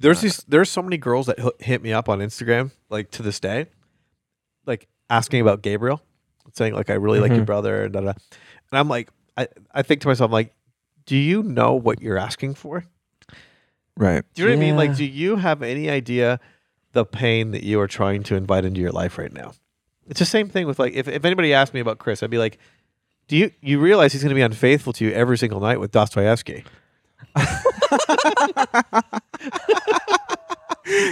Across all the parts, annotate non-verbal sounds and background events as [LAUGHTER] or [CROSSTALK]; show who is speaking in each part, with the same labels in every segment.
Speaker 1: There's these, there's so many girls that h- hit me up on Instagram, like to this day, like asking about Gabriel, saying like I really like your brother, and da, da. and I'm like, I, I think to myself, I'm like, do you know what you're asking for?
Speaker 2: Right.
Speaker 1: Do you know what I mean? Like,
Speaker 3: Yeah.
Speaker 1: do you have any idea the pain that you are trying to invite into your life right now? It's the same thing with like if, if anybody asked me about Chris, I'd be like, do you you realize he's going to be unfaithful to you every single night with Dostoevsky?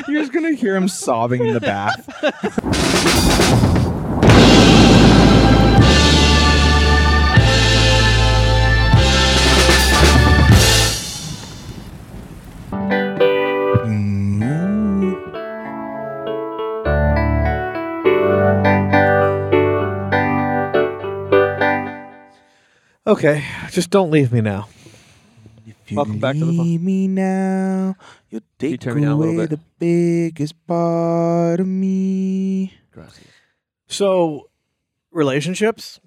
Speaker 2: You're just gonna hear him sobbing in the bath.
Speaker 1: Okay, just don't leave me now.
Speaker 2: You
Speaker 1: Welcome back to the
Speaker 2: leave me now. You'll
Speaker 3: you
Speaker 2: take
Speaker 3: turn me down a little
Speaker 2: away
Speaker 3: bit?
Speaker 2: the biggest part of me.
Speaker 1: So, relationships.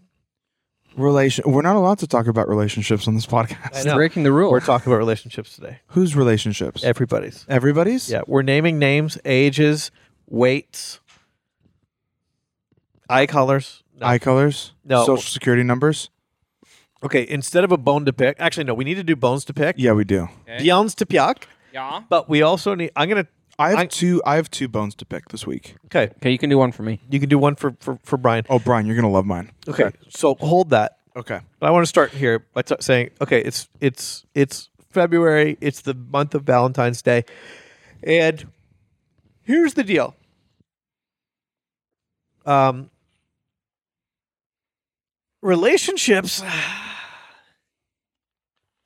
Speaker 2: Relation. We're not allowed to talk about relationships on this podcast.
Speaker 1: know.
Speaker 3: Breaking the rule.
Speaker 1: We're talking about relationships today.
Speaker 2: Whose relationships?
Speaker 1: Everybody's.
Speaker 2: Everybody's.
Speaker 1: Yeah, we're naming names, ages, weights, eye colors. No.
Speaker 2: Eye colors.
Speaker 1: No.
Speaker 2: Social security numbers.
Speaker 1: okay, instead of a bone to pick, actually no, we need to do bones to pick.
Speaker 2: Yeah, we do.
Speaker 1: Beyonds to pick.
Speaker 4: Yeah.
Speaker 1: But we also need. I'm gonna.
Speaker 2: I have
Speaker 1: I-
Speaker 2: two. I have two bones to pick this week.
Speaker 1: Okay,
Speaker 3: okay, you can do one for me.
Speaker 1: you can do one for for, for Brian.
Speaker 2: Oh, Brian, you're gonna love mine.
Speaker 1: Okay, so hold that.
Speaker 2: Okay.
Speaker 1: But I want to start here by t- saying, okay, it's it's it's February. It's the month of Valentine's Day, and here's the deal. Um, relationships. [SIGHS]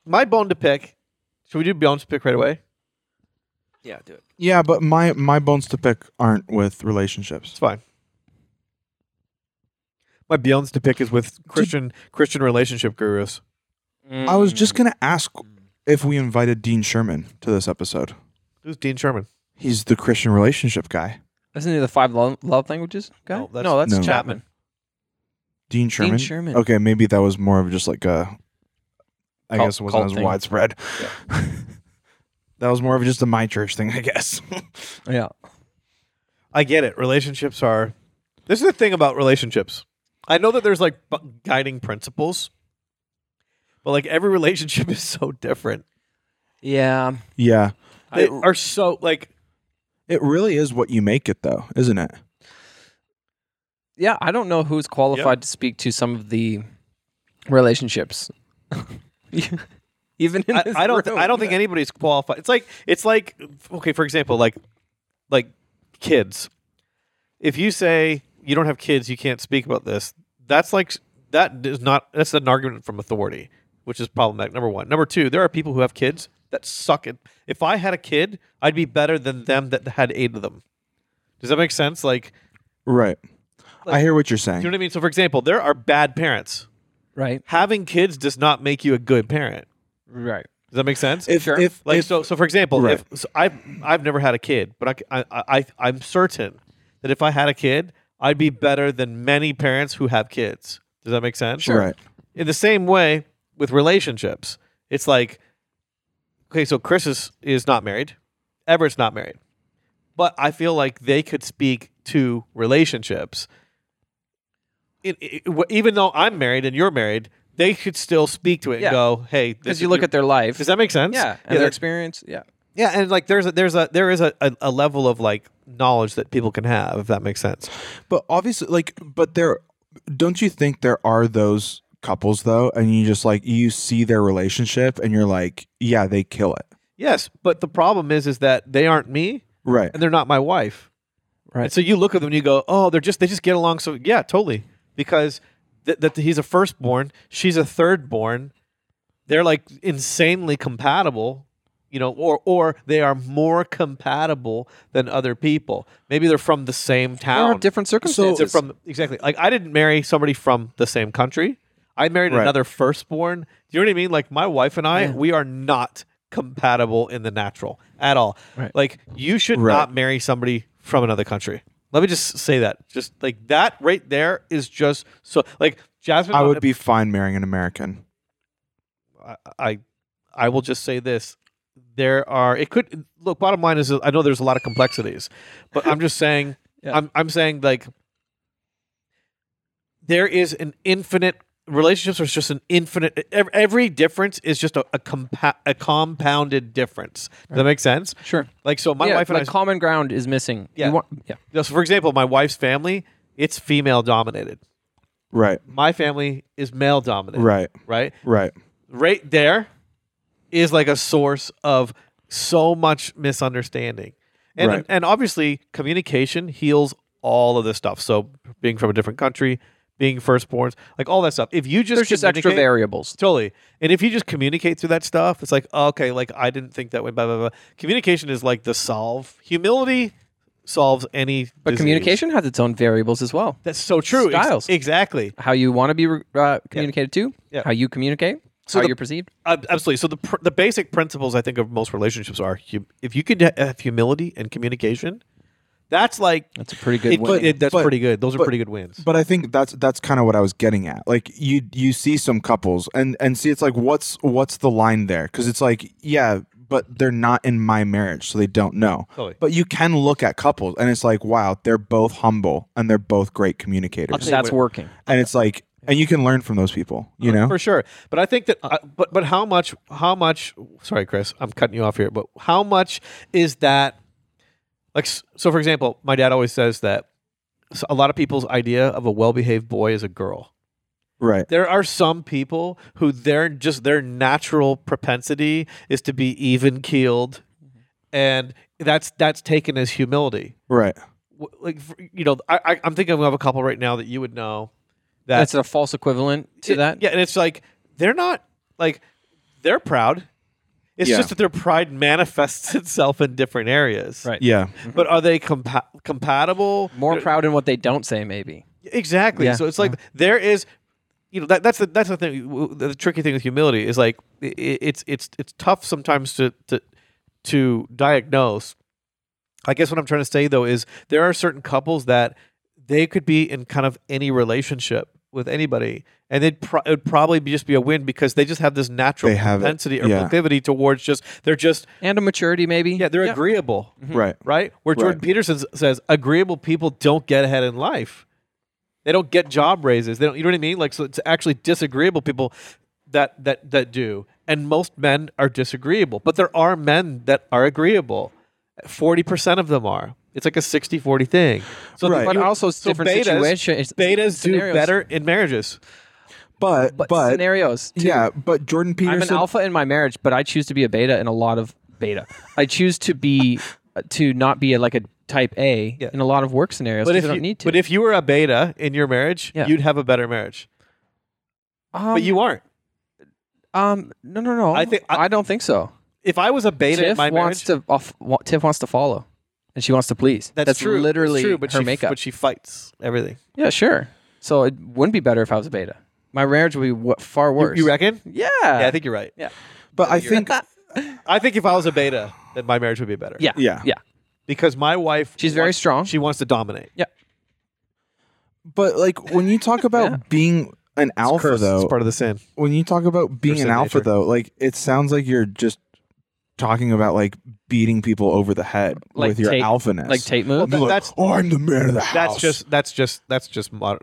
Speaker 1: My bone to pick. Should we do Beyonce to pick right away?
Speaker 4: Yeah, do it.
Speaker 2: Yeah, but my my bones to pick aren't with relationships.
Speaker 1: It's fine. My Beyonce to pick is with Christian Christian relationship gurus.
Speaker 3: Mm.
Speaker 2: I was just gonna ask if we invited Dean Sherman to this episode.
Speaker 1: Who's Dean Sherman?
Speaker 2: He's the Christian relationship guy.
Speaker 3: Isn't it the five lo- love languages guy?
Speaker 1: No, that's-
Speaker 2: No.
Speaker 3: Chapman.
Speaker 2: Dean Sherman.
Speaker 3: Sherman.
Speaker 2: Okay, maybe that was more of just like a. I
Speaker 3: Cult-
Speaker 2: guess it
Speaker 3: cult
Speaker 2: wasn't as
Speaker 3: thing.
Speaker 2: widespread. [LAUGHS] that was more of just a my church thing, I guess. [LAUGHS]
Speaker 3: Yeah.
Speaker 1: I get it. Relationships are. This is the thing about relationships. I know that there's like bu- guiding principles, but like every [LAUGHS] relationship is so different.
Speaker 3: Yeah.
Speaker 2: yeah,
Speaker 1: They are so like
Speaker 2: it really is what you make it, though, isn't it?
Speaker 3: Yeah. I don't know who's qualified to speak to some of the relationships. [LAUGHS] Even in [LAUGHS]
Speaker 1: I,
Speaker 3: this
Speaker 1: I don't.
Speaker 3: room.
Speaker 1: I don't think anybody's qualified. It's like it's like okay. For example, like like kids. If you say you don't have kids, you can't speak about this. That's like that is not. That's an argument from authority, which is problematic. Number one. Number two. There are people who have kids that suck at. If I had a kid, I'd be better than them that had eight of them. Does that make sense? Like,
Speaker 2: Right. I hear what you're saying.
Speaker 1: do you know what I mean? So, for example, there are bad parents.
Speaker 3: Right.
Speaker 1: Having kids does not make you a good parent.
Speaker 3: Right.
Speaker 1: Does that make sense?
Speaker 2: if
Speaker 3: Sure.
Speaker 2: if,
Speaker 1: like
Speaker 2: if
Speaker 1: so so for example
Speaker 2: Right.
Speaker 1: if so I've, I've never had a kid but I, c- I i i'm certain that if i had a kid i'd be better than many parents who have kids does that make sense
Speaker 2: right.
Speaker 1: in the same way with relationships it's like okay so chris is, is not married everett's not married but i feel like they could speak to relationships it, it- w- even though i'm married and you're married they could still speak to it
Speaker 3: Yeah.
Speaker 1: and go hey this
Speaker 3: Because
Speaker 1: is
Speaker 3: you look
Speaker 1: your-
Speaker 3: at their life.
Speaker 1: does that make sense
Speaker 3: yeah. And their
Speaker 1: that-
Speaker 3: experience. Yeah.
Speaker 1: yeah, and like there's a there's a there is a, a, a level of like knowledge that people can have if that makes sense.
Speaker 2: But obviously, like, but there, don't you think there are those couples though, and you just like you see their relationship, and you're like, yeah, they kill it,
Speaker 1: Yes, but the problem is is that they aren't me
Speaker 2: right?
Speaker 1: and they're not my wife.
Speaker 3: Right.
Speaker 1: And so you look at them and you go, "Oh, they're just they just get along so yeah, totally." Because th- that he's a firstborn, she's a thirdborn. They're like insanely compatible, you know, or or they are more compatible than other people. Maybe they're from the same
Speaker 3: There
Speaker 1: town.
Speaker 3: are different
Speaker 1: So
Speaker 3: circumstances.
Speaker 1: they're from exactly like I didn't marry somebody from the same country. I married
Speaker 2: Right.
Speaker 1: another firstborn. Do you know what I mean? Like my wife and I,
Speaker 3: Yeah.
Speaker 1: we are not compatible in the natural at all.
Speaker 3: Right.
Speaker 1: Like you should
Speaker 2: Right.
Speaker 1: not marry somebody from another country. Let me just say that. Just like that right there is just so like Jasmine.
Speaker 2: I would be fine marrying an American.
Speaker 1: I, I I will just say this. there are it could look bottom line is i know there's a lot of complexities but i'm just saying
Speaker 3: [LAUGHS] Yeah.
Speaker 1: i'm i'm saying like there is an infinite relationships are just an infinite e-, ev- every difference is just a a, compa- a compounded difference does that make sense
Speaker 3: Sure.
Speaker 1: like so my
Speaker 3: Yeah,
Speaker 1: wife and
Speaker 3: like
Speaker 1: i
Speaker 3: common ground is missing. You
Speaker 1: Yeah.
Speaker 3: want- yeah.
Speaker 1: so for example my wife's family it's female dominated
Speaker 2: Right.
Speaker 1: my family is male dominated
Speaker 2: Right.
Speaker 1: right
Speaker 2: Right.
Speaker 1: right there is like a source of so much misunderstanding. And
Speaker 2: Right.
Speaker 1: and obviously communication heals all of this stuff. So being from a different country, being firstborns, like all that stuff. If you just
Speaker 3: There's just extra
Speaker 1: communicate-
Speaker 3: variables.
Speaker 1: Totally. And if you just communicate through that stuff, it's like, oh, okay, like I didn't think that way, blah, blah, blah. Communication is like the solve. Humility solves any
Speaker 3: But
Speaker 1: disease.
Speaker 3: communication has its own variables as well.
Speaker 1: That's so true. Ex-
Speaker 3: Styles.
Speaker 1: exactly.
Speaker 3: How you want to be re- uh, communicated to,
Speaker 1: Yeah.
Speaker 3: how you communicate, how
Speaker 1: the-
Speaker 3: you're perceived.
Speaker 1: Ab- absolutely. So the pr- the basic principles I think of most relationships are hu- if you could ha- have humility and communication, that's like
Speaker 3: That's a pretty good
Speaker 1: it-
Speaker 3: win.
Speaker 1: it- that's
Speaker 2: But-
Speaker 1: pretty good. Those are
Speaker 2: but-
Speaker 1: pretty good wins.
Speaker 2: But I think that's that's kind of what I was getting at. Like you you see some couples and and see it's like what's what's the line there? Cuz it's like yeah, but they're not in my marriage, so they don't know.
Speaker 1: Totally.
Speaker 2: But you can look at couples and it's like wow, they're both humble and they're both great communicators.
Speaker 1: tell
Speaker 3: That's
Speaker 1: what- Uh,
Speaker 3: working.
Speaker 2: And it's like and you can learn from those people, you know?
Speaker 1: for sure. But I think that, uh, but but how much? How much? Sorry, Chris, I'm cutting you off here. But how much is that? Like, s- so for example, my dad always says that s- a lot of people's idea of a well-behaved boy is a girl.
Speaker 2: Right.
Speaker 1: there are some people who their just their natural propensity is to be even keeled and that's that's taken as humility
Speaker 2: Right.
Speaker 1: W- like for- you know I, I i'm thinking of a couple right now that you would know that
Speaker 3: That's a false equivalent to
Speaker 1: it-
Speaker 3: that.
Speaker 1: yeah and it's like they're not like they're proud it's
Speaker 2: Yeah.
Speaker 1: just that their pride manifests [LAUGHS] itself in different areas
Speaker 3: Right.
Speaker 2: Yeah.
Speaker 1: but are they compa- compatible
Speaker 3: More
Speaker 1: They're-
Speaker 3: proud in what they don't say, maybe.
Speaker 1: Exactly.
Speaker 3: Yeah.
Speaker 1: So it's like there is, you know, that, that's the that's the thing. w- w- The tricky thing with humility is like i i- it's it's it's tough sometimes to to to diagnose. I guess what I'm trying to say though is there are certain couples that they could be in kind of any relationship with anybody, and they'd pro- it would probably be just be a win because they just have this natural
Speaker 2: They have it.
Speaker 1: propensity or
Speaker 2: Yeah.
Speaker 1: proclivity towards just they're just
Speaker 3: And a maturity, maybe.
Speaker 1: yeah they're agreeable
Speaker 2: Right.
Speaker 1: right? Where Jordan
Speaker 2: Right.
Speaker 1: Peterson s- says agreeable people don't get ahead in life. They don't get job raises. They don't. You know what I mean? Like so, it's actually disagreeable people that that that do. And most men are disagreeable, but there are men that are agreeable. Forty percent of them are. It's like a 60-40 thing. So
Speaker 2: Right.
Speaker 3: But also it's different
Speaker 1: betas,
Speaker 3: situations-
Speaker 1: Betas do
Speaker 3: scenarios.
Speaker 1: better in marriages.
Speaker 2: But but,
Speaker 3: But, scenarios. too.
Speaker 2: yeah, but Jordan
Speaker 3: I'm
Speaker 2: Peterson
Speaker 3: an alpha in my marriage, but I choose to be a beta in a lot of beta. I choose to be uh, to not be a, like a type A
Speaker 1: Yeah.
Speaker 3: in a lot of work scenarios.
Speaker 1: But if
Speaker 3: I
Speaker 1: you,
Speaker 3: don't need to.
Speaker 1: but if you were a beta in your marriage,
Speaker 3: Yeah.
Speaker 1: you'd have a better marriage.
Speaker 3: um,
Speaker 1: but you aren't.
Speaker 3: um no no no
Speaker 1: I
Speaker 3: I
Speaker 1: think-
Speaker 3: think
Speaker 1: I-
Speaker 3: I, don't think so.
Speaker 1: If I was a beta in
Speaker 3: Tiff
Speaker 1: my marriage,
Speaker 3: wants to off, wa- Tiff wants to follow, and she wants to please.
Speaker 1: that's, true. That's
Speaker 3: Literally
Speaker 1: true, but
Speaker 3: her
Speaker 1: she,
Speaker 3: makeup.
Speaker 1: But she fights everything.
Speaker 3: yeah, sure. So it wouldn't be better if I was a beta. My marriage would be wa- far worse.
Speaker 1: You reckon?
Speaker 3: Yeah.
Speaker 1: Yeah, I think you're right.
Speaker 2: but I think
Speaker 1: I think if I was a beta, then my marriage would be better.
Speaker 3: Yeah.
Speaker 2: Yeah.
Speaker 3: Yeah.
Speaker 1: Because my wife
Speaker 3: She's very
Speaker 1: wants-
Speaker 3: strong.
Speaker 1: She wants to dominate.
Speaker 3: yeah.
Speaker 2: but like when you talk about being an alpha
Speaker 1: Curse.
Speaker 2: though,
Speaker 1: It's part of the sin.
Speaker 2: when you talk about being
Speaker 1: Curse
Speaker 2: an
Speaker 1: of
Speaker 2: alpha
Speaker 1: nature.
Speaker 2: though like it sounds like you're just talking about like beating people over the head
Speaker 3: Like
Speaker 2: with your
Speaker 3: Tate-
Speaker 2: alphaness
Speaker 3: Like Tate move.
Speaker 2: You're like,
Speaker 1: that's-
Speaker 2: oh, i'm the man of the house
Speaker 1: That's just that's just that's just modern.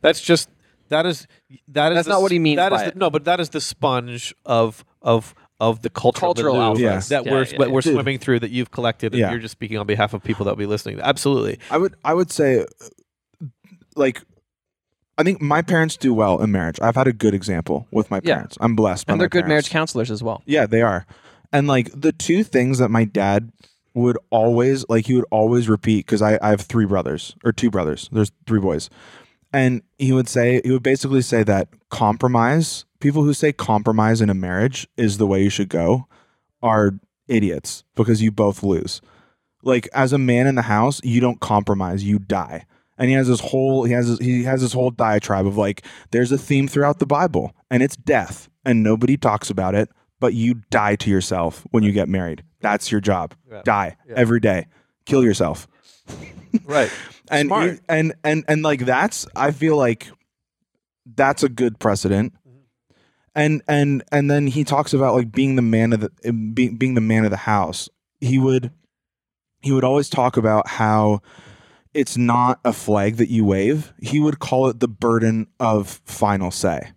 Speaker 1: That's just that is that is
Speaker 3: That's
Speaker 1: the
Speaker 3: not
Speaker 1: s-
Speaker 3: what he means
Speaker 1: that is
Speaker 3: by
Speaker 1: the-
Speaker 3: it.
Speaker 1: no, but that is the sponge of of of the cultural,
Speaker 3: Cultural
Speaker 1: milieu
Speaker 3: alphas.
Speaker 2: Yeah.
Speaker 1: that
Speaker 3: Yeah,
Speaker 1: we're
Speaker 3: yeah,
Speaker 1: that
Speaker 3: yeah.
Speaker 1: we're
Speaker 2: Dude.
Speaker 1: swimming through that you've collected and
Speaker 2: Yeah.
Speaker 1: you're just speaking on behalf of people that will be listening. Absolutely.
Speaker 2: i would i would say uh, like i think my parents do well in marriage i've had a good example with my
Speaker 3: Yeah.
Speaker 2: parents i'm blessed by
Speaker 3: And they're
Speaker 2: my
Speaker 3: good
Speaker 2: parents.
Speaker 3: marriage counselors as well.
Speaker 2: Yeah, they are. And like the two things that my dad would always like he would always repeat because I, I have three brothers or two brothers. There's three boys. And he would say he would basically say that compromise, people who say compromise in a marriage is the way you should go are idiots because you both lose. Like as a man in the house, you don't compromise, you die. And he has this whole he has this, he has this whole diatribe of like there's a theme throughout the Bible and it's death and nobody talks about it, but you die to yourself when you get married. That's your job.
Speaker 1: Yeah.
Speaker 2: Die every day. Kill yourself.
Speaker 1: Right.
Speaker 2: And e-,
Speaker 1: Smart.
Speaker 2: and and and like that's I feel like that's a good precedent. and and and then he talks about like being the man of the being being the man of the house he would he would always talk about how it's not a flag that you wave he would call it the burden of final say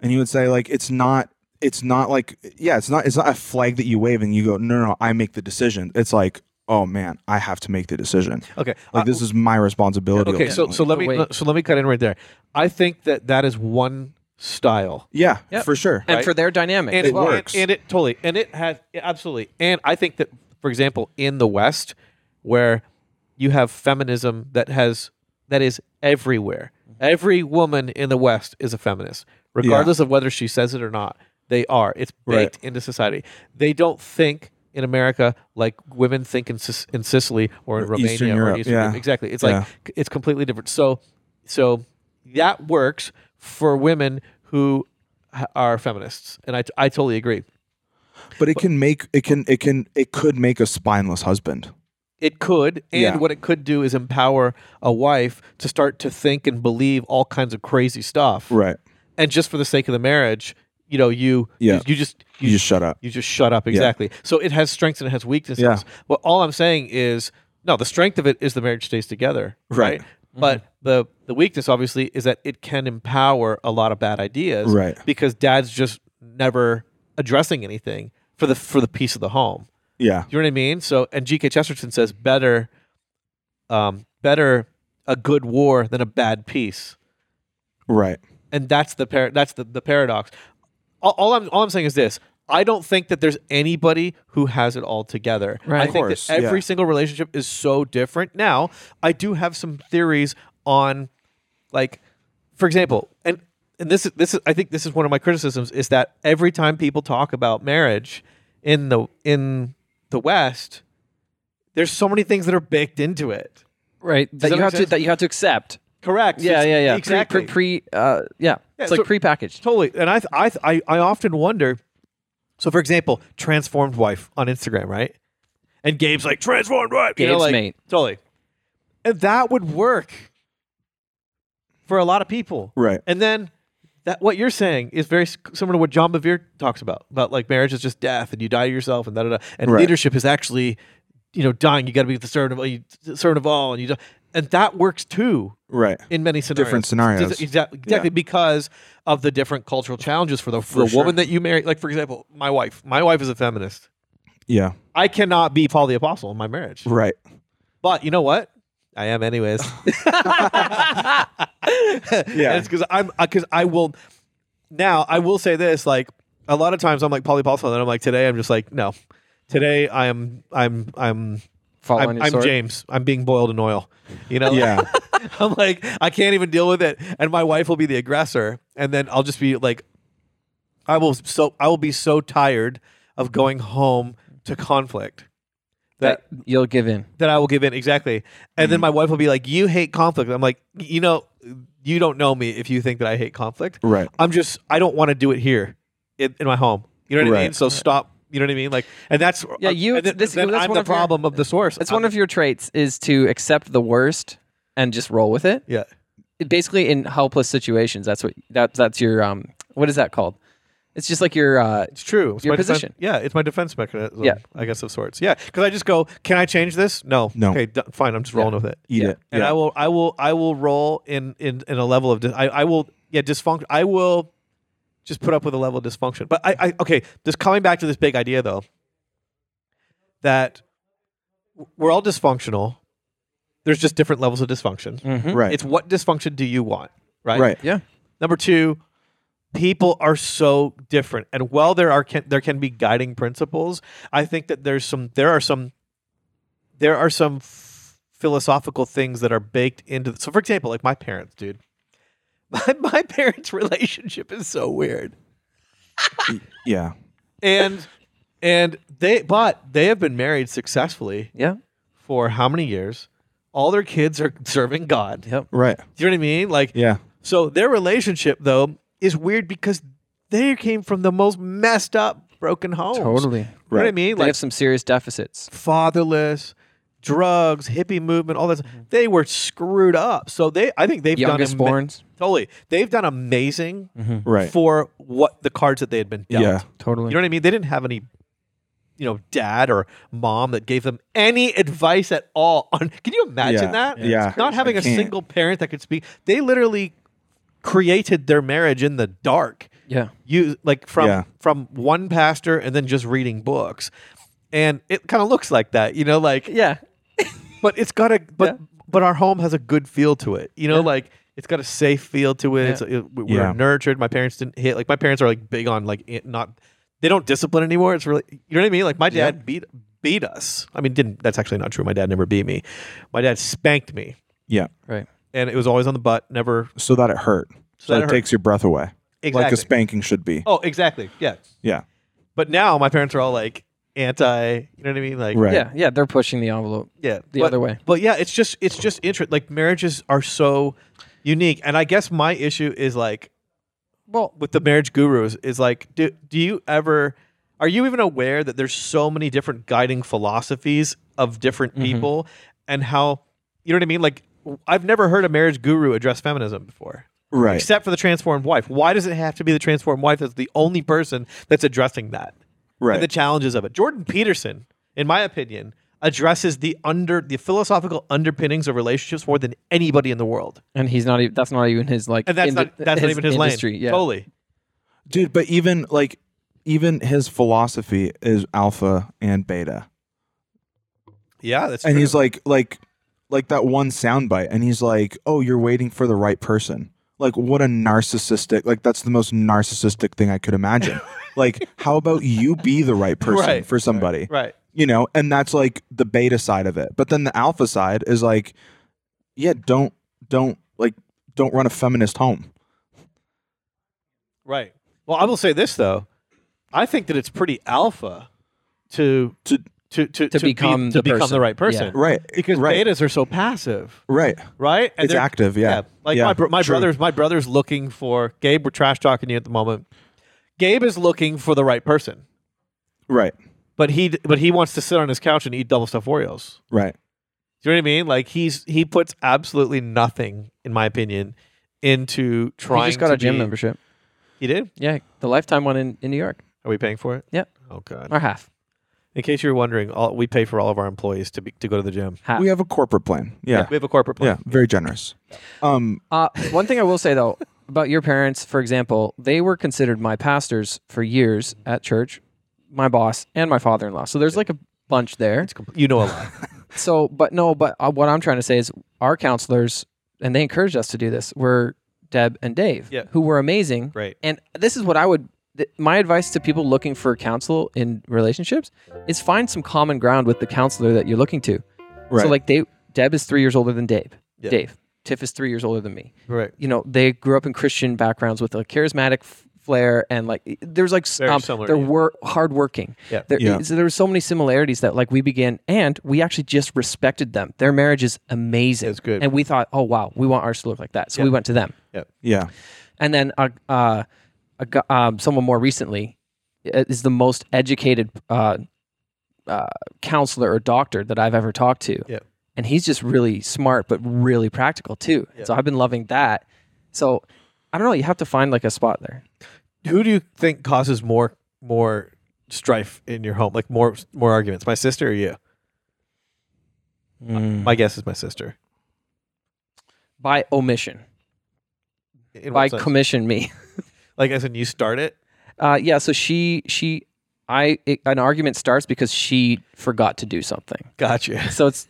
Speaker 2: and he would say like it's not it's not like yeah it's not it's not a flag that you wave and you go no no, no i make the decision it's like oh man i have to make the decision
Speaker 1: Okay.
Speaker 2: like
Speaker 1: Uh,
Speaker 2: this is my responsibility
Speaker 1: okay. So
Speaker 2: ultimately.
Speaker 1: so let me
Speaker 3: Wait.
Speaker 1: so let me cut in right there. I think that that is one style.
Speaker 2: yeah
Speaker 3: Yep.
Speaker 2: for sure
Speaker 3: and
Speaker 1: Right.
Speaker 3: for their dynamic
Speaker 1: And
Speaker 3: as well.
Speaker 2: works.
Speaker 1: And, and it totally and it has yeah, absolutely. And I think that for example in the West where you have feminism that has that is everywhere.
Speaker 2: Mm-hmm.
Speaker 1: Every woman in the West is a feminist, regardless of whether she says it or not. They are. It's baked into society. They don't think in America like women think in, Sis- in Sicily or in
Speaker 2: Or Eastern
Speaker 1: Romania or
Speaker 2: Europe,
Speaker 1: in Eastern
Speaker 2: yeah.
Speaker 1: Europe. Exactly. It's
Speaker 2: Yeah.
Speaker 1: like c- it's completely different. So so that works for women who h- are feminists, and I, t- I totally agree.
Speaker 2: but it can make it can it can it could make a spineless husband
Speaker 1: It could, and
Speaker 2: Yeah.
Speaker 1: what it could do is empower a wife to start to think and believe all kinds of crazy stuff.
Speaker 2: right
Speaker 1: And just for the sake of the marriage, you know, you
Speaker 2: Yeah.
Speaker 1: you, you just
Speaker 2: you just shut up
Speaker 1: You just shut up. Exactly. So it has strengths and it has weaknesses.
Speaker 2: Yeah.
Speaker 1: Well, all I'm saying is, no, the strength of it is the marriage stays together.
Speaker 2: Right. Mm-hmm.
Speaker 1: But the the weakness, obviously, is that it can empower a lot of bad ideas.
Speaker 2: Right.
Speaker 1: Because dad's just never addressing anything for the for the peace of the home.
Speaker 2: yeah
Speaker 1: You know what I mean? So, and G.K. Chesterton says better, um, better a good war than a bad peace
Speaker 2: right
Speaker 1: and that's the par- that's the, the paradox. All, all I'm all I'm saying is this: I don't think that there's anybody who has it all together.
Speaker 3: Right.
Speaker 1: I
Speaker 3: Of
Speaker 1: think
Speaker 2: course,
Speaker 1: that every
Speaker 2: yeah.
Speaker 1: single relationship is so different. Now, I do have some theories on, like, for example, and and this is this is I think this is one of my criticisms is that every time people talk about marriage in the in the West, there's so many things that are baked into it.
Speaker 3: Right. That
Speaker 1: that
Speaker 3: you
Speaker 1: make
Speaker 3: have to
Speaker 1: sense?
Speaker 3: that you have to accept.
Speaker 1: Correct.
Speaker 3: Yeah,
Speaker 1: It's-
Speaker 3: yeah, yeah. Pre-
Speaker 1: Exactly.
Speaker 3: Pre, pre, uh, yeah. It's like
Speaker 1: so-
Speaker 3: prepackaged.
Speaker 1: Totally. And I, th- I, th- I, I often wonder. So, for example, transformed wife on Instagram, right? And Gabe's like transformed wife. you know,
Speaker 3: Gabe's
Speaker 1: like-
Speaker 3: mate.
Speaker 1: Totally. And that would work for a lot of people,
Speaker 2: Right.
Speaker 1: And then that what you're saying is very s- similar to what John Bevere talks about about like marriage is just death and you die to yourself and da da da. And
Speaker 2: Right.
Speaker 1: leadership is actually, you know, dying. You got to be the servant of you, servant of all, and you don't- and that works too
Speaker 2: Right.
Speaker 1: in many scenarios.
Speaker 2: Different scenarios.
Speaker 1: Exa- Exactly, exactly because of the different cultural challenges for the, for
Speaker 2: For
Speaker 1: the
Speaker 2: sure.
Speaker 1: woman that you marry. Like, for example, my wife. My wife is a feminist.
Speaker 2: Yeah.
Speaker 1: I cannot be Paul the Apostle in my marriage.
Speaker 2: Right.
Speaker 1: But you know what? I am
Speaker 2: [LAUGHS]
Speaker 1: anyways. [LAUGHS] yeah. It's because I'm because I will now I will say this like a lot of times I'm like Paul the Apostle and then I'm like today I'm just like no. Today I am I'm I'm
Speaker 3: Fall on
Speaker 1: I'm,
Speaker 3: your
Speaker 1: I'm
Speaker 3: sword.
Speaker 1: James. I'm being boiled in oil. You know?
Speaker 2: Yeah.
Speaker 1: [LAUGHS] I'm like, I can't even deal with it. And my wife will be the aggressor. And then I'll just be like, I will so I will be so tired of going home to conflict
Speaker 3: That Mm-hmm. you'll give in.
Speaker 1: that I will give in. Exactly. And then my wife will be like, You hate conflict. I'm like, you know, you don't know me if you think that I hate conflict.
Speaker 2: Right.
Speaker 1: I'm just I don't want to do it here in, in my home. You know what I
Speaker 2: Right.
Speaker 1: mean? So stop. You know what I mean? Like, and that's
Speaker 3: Yeah, you-
Speaker 1: And then,
Speaker 3: this-
Speaker 1: then
Speaker 3: that's
Speaker 1: I'm
Speaker 3: one
Speaker 1: the
Speaker 3: of your-
Speaker 1: problem of the source.
Speaker 3: It's one of your traits is to accept the worst and just roll with it.
Speaker 1: yeah.
Speaker 3: It- Basically, in helpless situations, that's what that that's your um. What is that called? It's just like your uh.
Speaker 1: It's true. It's
Speaker 3: Your
Speaker 1: my defense-
Speaker 3: position.
Speaker 1: yeah, it's my defense mechanism.
Speaker 3: Yeah.
Speaker 1: I guess of sorts. Yeah, because I just go, can I change this? No.
Speaker 2: No.
Speaker 1: Okay, d- fine. I'm just rolling with it.
Speaker 2: Eat
Speaker 3: Yeah.
Speaker 2: it.
Speaker 1: And
Speaker 2: yeah.
Speaker 1: I will, I will, I will roll in in, in a level of, dis- I, I will, yeah, dysfunction. I will just put up with a level of dysfunction. But I, I, okay, just coming back to this big idea though, that w- we're all dysfunctional. There's just different levels of dysfunction.
Speaker 2: right.
Speaker 1: It's what dysfunction do you want, right?
Speaker 2: right.
Speaker 3: Yeah.
Speaker 1: Number two, people are so different, and while there are can, there can be guiding principles, I think that there's some there are some there are some f- philosophical things that are baked into. So, for example, like my parents, dude, [LAUGHS] my my parents' relationship is so weird,
Speaker 2: E, Yeah.
Speaker 1: and and they but they have been married successfully
Speaker 3: Yeah.
Speaker 1: for how many years? All their kids are serving God.
Speaker 3: Yep.
Speaker 2: Right.
Speaker 1: Do you know what I mean? Like,
Speaker 2: Yeah.
Speaker 1: so their relationship though is weird because they came from the most messed up, broken homes. You
Speaker 3: Totally.
Speaker 1: know what I
Speaker 2: Right.
Speaker 1: mean?
Speaker 3: They
Speaker 1: Like
Speaker 3: have some serious deficits.
Speaker 1: fatherless, drugs, hippie movement, all that. They were screwed up. So they, I think they've
Speaker 3: Youngest
Speaker 1: done ama-
Speaker 3: borns.
Speaker 1: totally. They've done amazing
Speaker 2: Right.
Speaker 1: for what the cards that they had been dealt.
Speaker 2: Yeah.
Speaker 3: Totally.
Speaker 1: You know what I mean? They didn't have any, you know, dad or mom that gave them any advice at all. On can you imagine
Speaker 2: Yeah.
Speaker 1: that?
Speaker 2: Yeah. It's
Speaker 1: not
Speaker 2: crazy.
Speaker 1: having
Speaker 2: I
Speaker 1: a
Speaker 2: can't.
Speaker 1: single parent that could speak. They literally created their marriage in the dark.
Speaker 3: yeah.
Speaker 1: You like from
Speaker 2: Yeah.
Speaker 1: from one pastor and then just reading books, and it kind of looks like that. You know, like
Speaker 3: Yeah.
Speaker 1: but it's got a but
Speaker 3: Yeah.
Speaker 1: but our home has a good feel to it. You know, like it's got a safe feel to it. It's, it we we
Speaker 2: Yeah.
Speaker 1: were nurtured. My parents didn't hit. Like my parents are like big on like it- not. They don't discipline anymore. It's really you know what I mean. Like my dad beat beat us. I mean, didn't that's actually not true. My dad never beat me. My dad spanked me,
Speaker 2: Yeah.
Speaker 3: Right.
Speaker 1: and it was always on the butt. Never
Speaker 2: So that it hurt. So,
Speaker 1: that
Speaker 2: that
Speaker 1: it hurt.
Speaker 2: takes your breath away. Like a
Speaker 1: Exactly.
Speaker 2: spanking should be.
Speaker 1: Oh, exactly. Yeah.
Speaker 2: Yeah.
Speaker 1: But now my parents are all like anti. You know what I mean? Like
Speaker 2: Right.
Speaker 3: Yeah. Yeah. They're pushing the envelope.
Speaker 1: Yeah,
Speaker 3: the
Speaker 1: but-
Speaker 3: other way.
Speaker 1: But yeah, it's just it's just interest. Like marriages are so unique, and I guess my issue is like, well, with the marriage gurus is like, do do you ever? Are you even aware that there's so many different guiding philosophies of different people, and how you know what I mean? Like, I've never heard a marriage guru address feminism before.
Speaker 2: Right.
Speaker 1: Except for the transformed wife. Why does it have to be the transformed wife that's the only person that's addressing that?
Speaker 2: right.
Speaker 1: and the challenges of it. Jordan Peterson, in my opinion, addresses the under the philosophical underpinnings of relationships more than anybody in the world.
Speaker 3: And he's not even, that's not even his like,
Speaker 1: And that's
Speaker 3: in
Speaker 1: not
Speaker 3: the-
Speaker 1: that's not even his
Speaker 3: industry.
Speaker 1: lane.
Speaker 3: Yeah.
Speaker 1: Totally.
Speaker 2: Dude, but even like even his philosophy is alpha and beta.
Speaker 1: Yeah, that's
Speaker 2: and
Speaker 1: true.
Speaker 2: he's like like like that one soundbite and he's like, "Oh, you're waiting for the right person." Like what a narcissistic, like that's the most narcissistic thing I
Speaker 1: [LAUGHS]
Speaker 2: could imagine. like how about you be the right person
Speaker 1: Right.
Speaker 2: for somebody?
Speaker 1: right.
Speaker 2: you know and that's like the beta side of it but then the alpha side is like yeah don't don't like don't run a feminist home
Speaker 1: Right. Well, I will say this though. I think that it's pretty alpha to
Speaker 2: To-
Speaker 1: to to,
Speaker 3: To
Speaker 1: be-
Speaker 3: become
Speaker 1: to
Speaker 3: the
Speaker 1: become
Speaker 3: person.
Speaker 1: the right person.
Speaker 3: Yeah.
Speaker 2: right
Speaker 1: Because
Speaker 2: right
Speaker 1: betas are so passive,
Speaker 2: right
Speaker 1: right? And
Speaker 2: it's
Speaker 1: they're-
Speaker 2: active yeah,
Speaker 1: Like my bro- my brother's my brother's looking for Gabe, we're trash talking you at the moment. Gabe is looking for the right person.
Speaker 2: right
Speaker 1: but he but he wants to sit on his couch and eat double stuffed Oreos.
Speaker 2: right
Speaker 1: Do you know what I mean? Like he's he puts absolutely nothing, in my opinion, into trying.
Speaker 3: He just got
Speaker 1: to
Speaker 3: a gym
Speaker 1: be-
Speaker 3: membership.
Speaker 1: He did.
Speaker 3: Yeah. The lifetime one in, in New York
Speaker 1: Are we paying for it?
Speaker 3: Yeah.
Speaker 1: Oh god.
Speaker 3: or half.
Speaker 1: In case you're wondering, all, we pay for all of our employees to be, to go to the gym.
Speaker 3: Half.
Speaker 2: we have a corporate plan yeah
Speaker 1: We have a corporate
Speaker 2: yeah,
Speaker 1: plan.
Speaker 2: very generous um
Speaker 3: Uh, one thing I will say though about your parents, for example, they were considered my pastors for years at church, my boss and my father-in-law. So there's like a bunch there.
Speaker 1: It's compl- you know a lot.
Speaker 3: So, but no, but uh, what I'm trying to say is our counselors and they encouraged us to do this. Were Deb and Dave,
Speaker 1: Yeah.
Speaker 3: who were amazing.
Speaker 1: Great.
Speaker 3: And this is what I would th- my advice to people looking for counsel in relationships is find some common ground with the counselor that you're looking to.
Speaker 2: right
Speaker 3: So like they Deb is 3 years older than Dave.
Speaker 1: Yeah.
Speaker 3: Dave. Tiff is 3 years older than me [LAUGHS]
Speaker 1: Right.
Speaker 3: you know they grew up in christian backgrounds with a charismatic f- flair and like there's like s-
Speaker 1: Very
Speaker 3: um,
Speaker 1: similar,
Speaker 3: there
Speaker 1: yeah.
Speaker 3: were hardworking
Speaker 1: Yeah.
Speaker 3: there,
Speaker 2: Yeah.
Speaker 3: So there were so many similarities that like we began and we actually just respected them their marriage is amazing
Speaker 1: It's good.
Speaker 3: and we thought oh wow we want ours to look like that so we went to them
Speaker 2: yeah
Speaker 3: and then uh, uh, a, gu- um, someone more recently i- is the most educated uh, uh, counselor or doctor that I've ever talked to.
Speaker 1: Yep.
Speaker 3: And he's just really smart, but really practical too. So I've been loving that. So I don't know. You have to find like a spot there.
Speaker 1: Who do you think causes more more strife in your home? Like more more arguments? My sister or you?
Speaker 3: Hmm.
Speaker 1: My guess is my sister.
Speaker 3: By omission,
Speaker 1: In
Speaker 3: by
Speaker 1: what sense?
Speaker 3: commission me. [LAUGHS]
Speaker 1: like as in you start it.
Speaker 3: Uh, yeah. So she, she, I, it, an argument starts because she forgot to do something.
Speaker 1: Gotcha. [LAUGHS]
Speaker 3: So it's,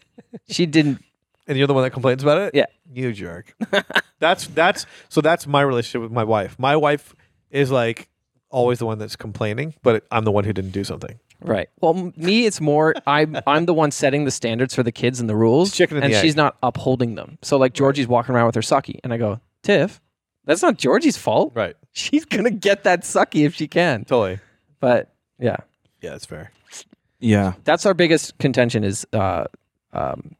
Speaker 3: she didn't.
Speaker 1: and you're the one that complains about it.
Speaker 3: Yeah.
Speaker 1: you jerk. [LAUGHS] that's that's so that's my relationship with my wife. My wife is like always the one that's complaining, but I'm the one who didn't do something.
Speaker 3: Right. Well, m- me, it's more I'm I'm the one setting the standards for the kids and the rules,
Speaker 1: It's chicken and
Speaker 3: and
Speaker 1: the egg.
Speaker 3: she's not upholding them. So like Georgie's walking around with her sucky, and I go, Tiff, that's not Georgie's fault.
Speaker 1: Right.
Speaker 3: [LAUGHS] She's gonna get that sucky if she can.
Speaker 1: Totally.
Speaker 3: But yeah,
Speaker 1: Yeah, that's fair.
Speaker 2: yeah
Speaker 3: that's our biggest contention is uh um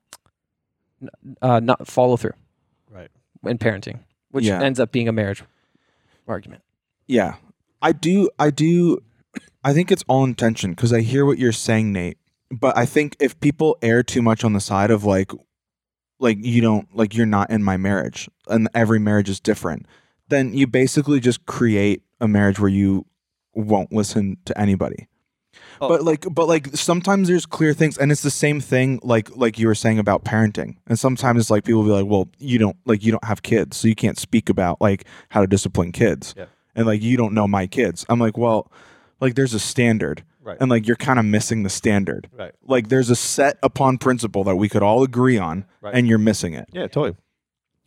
Speaker 3: n- uh not follow through
Speaker 1: Right.
Speaker 3: in parenting, which
Speaker 2: Yeah.
Speaker 3: ends up being a marriage argument.
Speaker 2: Yeah. I do I do I think it's all intention because I hear what you're saying, Nate. but I think if people err too much on the side of like, like you don't like you're not in my marriage, and every marriage is different, then you basically just create a marriage where you won't listen to anybody.
Speaker 1: Oh.
Speaker 2: But like, but like, sometimes there's clear things, and it's the same thing. Like, like you were saying about parenting, and sometimes it's like people will be like, "Well, you don't like you don't have kids, so you can't speak about like how to discipline kids."
Speaker 1: Yeah.
Speaker 2: And like, you don't know my kids. I'm like, well, like there's a standard,
Speaker 1: Right.
Speaker 2: and like you're kind of missing the standard.
Speaker 1: Right.
Speaker 2: Like there's a set upon principle that we could all agree on,
Speaker 1: Right.
Speaker 2: and you're missing it.
Speaker 1: Yeah, totally.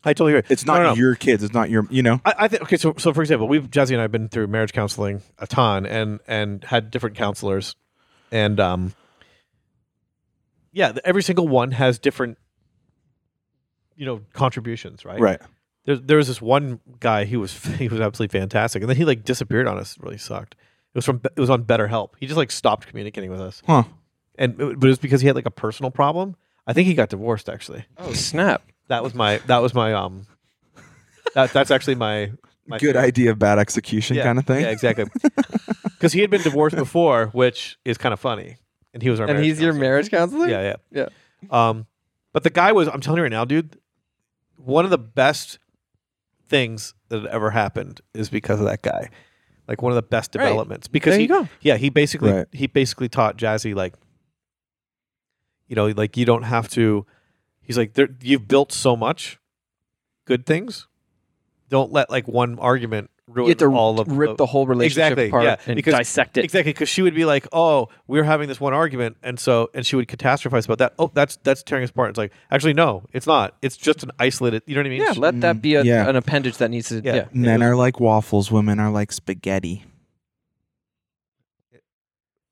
Speaker 1: I totally agree.
Speaker 2: It's
Speaker 1: No,
Speaker 2: not
Speaker 1: no, no.
Speaker 2: your kids. It's not your. You know.
Speaker 1: I, I think okay. So, so for example, we've Jazzy and I have been through marriage counseling a ton, and and had different counselors, and um, yeah, th- every single one has different, you know, contributions, right?
Speaker 2: Right.
Speaker 1: There, there was this one guy. He was [LAUGHS] he was absolutely fantastic, and then he like disappeared on us. It Really sucked. It was from it was on BetterHelp. He just like stopped communicating with us,
Speaker 2: Huh.
Speaker 1: and it- but it was because he had like a personal problem. I think he got divorced actually.
Speaker 3: Oh snap!
Speaker 1: That was my that was my um, that that's actually my. my
Speaker 2: Good idea, bad execution, kind of thing.
Speaker 1: yeah, exactly. [LAUGHS] Because he had been divorced before, which is kind of funny. And he was our
Speaker 3: And
Speaker 1: marriage
Speaker 3: he's your
Speaker 1: counselor.
Speaker 3: marriage counselor.
Speaker 1: Yeah, yeah, yeah. Um, but the guy was. I'm telling you right now, dude. One of the best things that had ever happened is because of that guy. Like one of the best
Speaker 3: Right.
Speaker 1: developments. Because
Speaker 3: There
Speaker 1: he,
Speaker 3: you go.
Speaker 1: yeah, he basically
Speaker 2: Right.
Speaker 1: he basically taught Jazzy like, you know, like you don't have to. He's like, there, you've built so much good things. Don't let like one argument ruin
Speaker 3: You have to
Speaker 1: all of
Speaker 3: rip the whole relationship
Speaker 1: Exactly,
Speaker 3: apart
Speaker 1: yeah,
Speaker 3: and
Speaker 1: because-
Speaker 3: dissect it.
Speaker 1: Exactly, because she would be like, "Oh, we were having this one argument," and so and she would catastrophize about that. Oh, that's that's tearing us apart. It's like, actually, no, it's not. It's just an isolated. You know what I mean?
Speaker 3: Yeah, let that be a,
Speaker 2: Yeah.
Speaker 3: an appendage that needs to.
Speaker 1: Yeah.
Speaker 3: Yeah.
Speaker 2: Men are like waffles. Women are like spaghetti.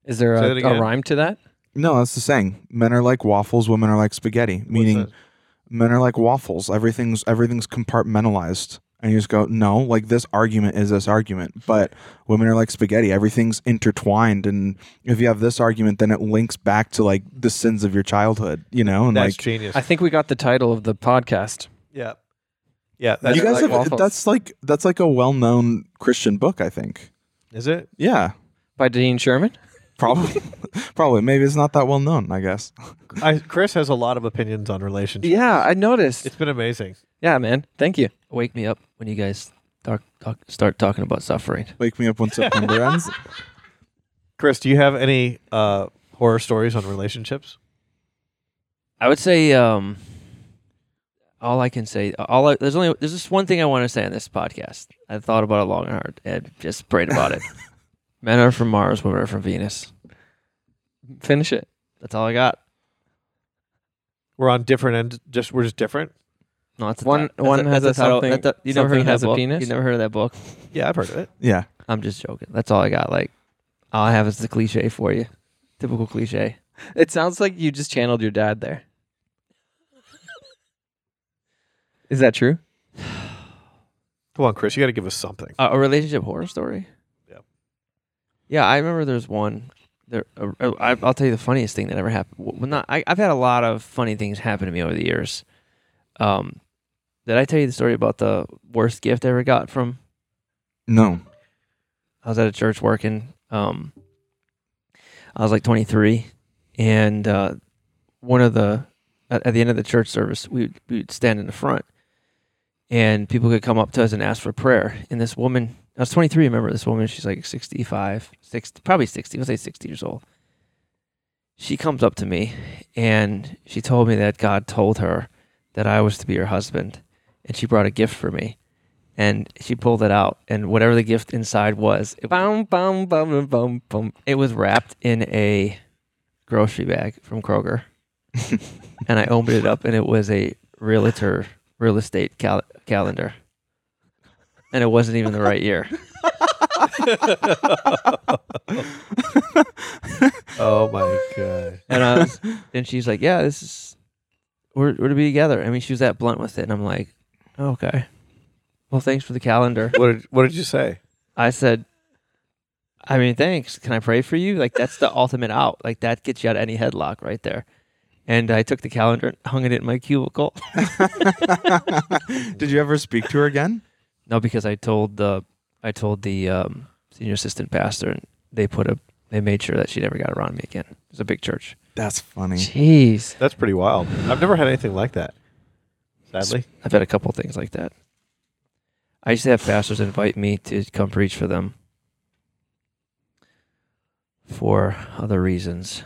Speaker 3: Is there
Speaker 1: Say that
Speaker 3: a,
Speaker 1: again.
Speaker 3: a rhyme to that?
Speaker 2: No, that's the saying. Men are like waffles. Women are like spaghetti. Meaning,
Speaker 1: that?
Speaker 2: men are like waffles. Everything's everything's compartmentalized. And you just go, no, like this argument is this argument, but women are like spaghetti. Everything's intertwined, and if you have this argument, then it links back to like the sins of your childhood, you know. And
Speaker 1: that's
Speaker 2: like,
Speaker 1: genius.
Speaker 3: I think we got the title of the podcast.
Speaker 1: yeah, yeah. That's,
Speaker 2: you guys
Speaker 3: like
Speaker 2: have
Speaker 3: waffles.
Speaker 2: that's like that's like a well-known Christian book, I think.
Speaker 1: is it?
Speaker 2: Yeah,
Speaker 3: By Dean Sherman?
Speaker 2: probably, [LAUGHS] probably. Maybe it's not that well known. I guess.
Speaker 1: I, Chris has a lot of opinions on relationships.
Speaker 3: Yeah, I noticed.
Speaker 1: It's been amazing.
Speaker 3: Yeah, man. Thank you.
Speaker 4: Wake me up when you guys talk, talk, start talking about suffering.
Speaker 2: Wake me up when
Speaker 1: [LAUGHS]
Speaker 2: September ends.
Speaker 1: Chris, do you have any uh, horror stories on relationships?
Speaker 4: I would say um, all I can say all I, there's only there's just one thing I want to say on this podcast. I thought about it long and hard and just prayed about
Speaker 3: [LAUGHS]
Speaker 4: it. Men are from Mars, women are from Venus.
Speaker 3: Finish it.
Speaker 4: That's all I got.
Speaker 1: We're on different ends. Just we're just different.
Speaker 4: No, that's a
Speaker 3: One-
Speaker 4: that's
Speaker 3: one has
Speaker 4: that's
Speaker 3: a
Speaker 4: title-
Speaker 3: something-
Speaker 4: that's a- you never heard
Speaker 3: something
Speaker 4: of that
Speaker 3: has a
Speaker 4: book?
Speaker 3: penis?
Speaker 4: You never heard of that book?
Speaker 1: Yeah, I've heard of it.
Speaker 2: Yeah.
Speaker 4: I'm just joking. That's all I got. Like all I have is the cliche for you, typical cliche.
Speaker 3: It sounds like you just channeled your dad there. Is that true?
Speaker 1: Come on, Chris, you got to give us something.
Speaker 4: A, a relationship horror story.
Speaker 1: Yep.
Speaker 4: Yeah, I remember there's one. There, uh, uh, I, I'll tell you the funniest thing that ever happened. Well, not I, I've had a lot of funny things happen to me over the years. Um, did I tell you the story about the worst gift I ever got from
Speaker 2: No.
Speaker 4: I was at a church working. Um, I was like 23, and uh, one of the at, at the end of the church service, we would, we would stand in the front, and people could come up to us and ask for prayer. And this woman, I was 23. Remember this woman? She's like 65, 60, probably 60. Let's say 60 years old. She comes up to me, and she told me that God told her that I was to be her husband, and she brought a gift for me. And she pulled it out, and whatever the gift inside was, it was
Speaker 3: Bum, bum, bum, bum, bum, bum.
Speaker 4: it was wrapped in a grocery bag from Kroger, and I opened it up, and it was a realtor real estate cal- calendar, and it wasn't even the right year.
Speaker 1: Oh my god.
Speaker 4: And I was, and she's like, "Yeah, this is we're we're to be together." I mean, she was that blunt with it, and I'm like, "Okay, well, thanks for the calendar."
Speaker 1: What did, what did you say?
Speaker 4: I said, I mean, thanks. Can I pray for you? Like, that's the ultimate out. Like, that gets you out of any headlock right there. And I took the calendar and hung it in my cubicle.
Speaker 2: [LAUGHS] Did you ever speak to her again?
Speaker 4: No, because I told the I told the um, senior assistant pastor, and they put a they made sure that she never got around me again. It was a big church.
Speaker 2: That's funny.
Speaker 3: [LAUGHS]
Speaker 4: Jeez,
Speaker 1: That's pretty wild. I've never had anything like that. Sadly,
Speaker 4: I've had a couple things like that. I used to have pastors invite me to come preach for them for other reasons.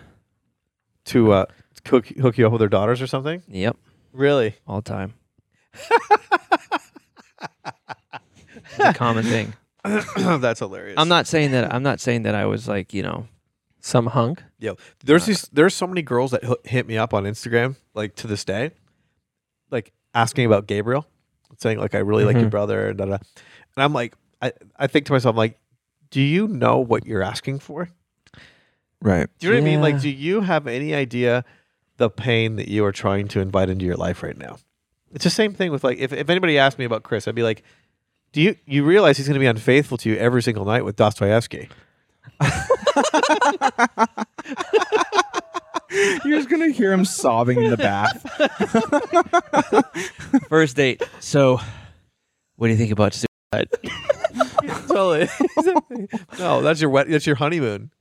Speaker 1: to uh, cook, hook you up with their daughters or something. [CLEARS THROAT]
Speaker 4: Yep,
Speaker 1: Really?
Speaker 4: all the time. it's a common thing.
Speaker 1: That's hilarious.
Speaker 4: I'm not saying that. I'm not saying that I was like you know.
Speaker 3: Some hunk.
Speaker 1: There's these. There's so many girls that h- hit me up on Instagram, like to this day, like asking about Gabriel, saying like I really like your
Speaker 4: Mm-hmm.
Speaker 3: Mhm.
Speaker 1: brother, and da, da. and I'm like, I I think to myself, I'm like, do you know what you're asking for?
Speaker 2: Right.
Speaker 1: Do you know what I mean? Like,
Speaker 3: Yeah.
Speaker 1: do you have any idea the pain that you are trying to invite into your life right now? It's the same thing with like if, if anybody asked me about Chris, I'd be like, Do you you realize he's gonna be unfaithful to you every single night with
Speaker 3: [LAUGHS]
Speaker 1: Dostoevsky?
Speaker 2: [LAUGHS] You're just gonna hear him sobbing in the bath.
Speaker 4: First date. So, what do you think about suicide?
Speaker 1: totally. [LAUGHS] no, that's your wet that's your honeymoon.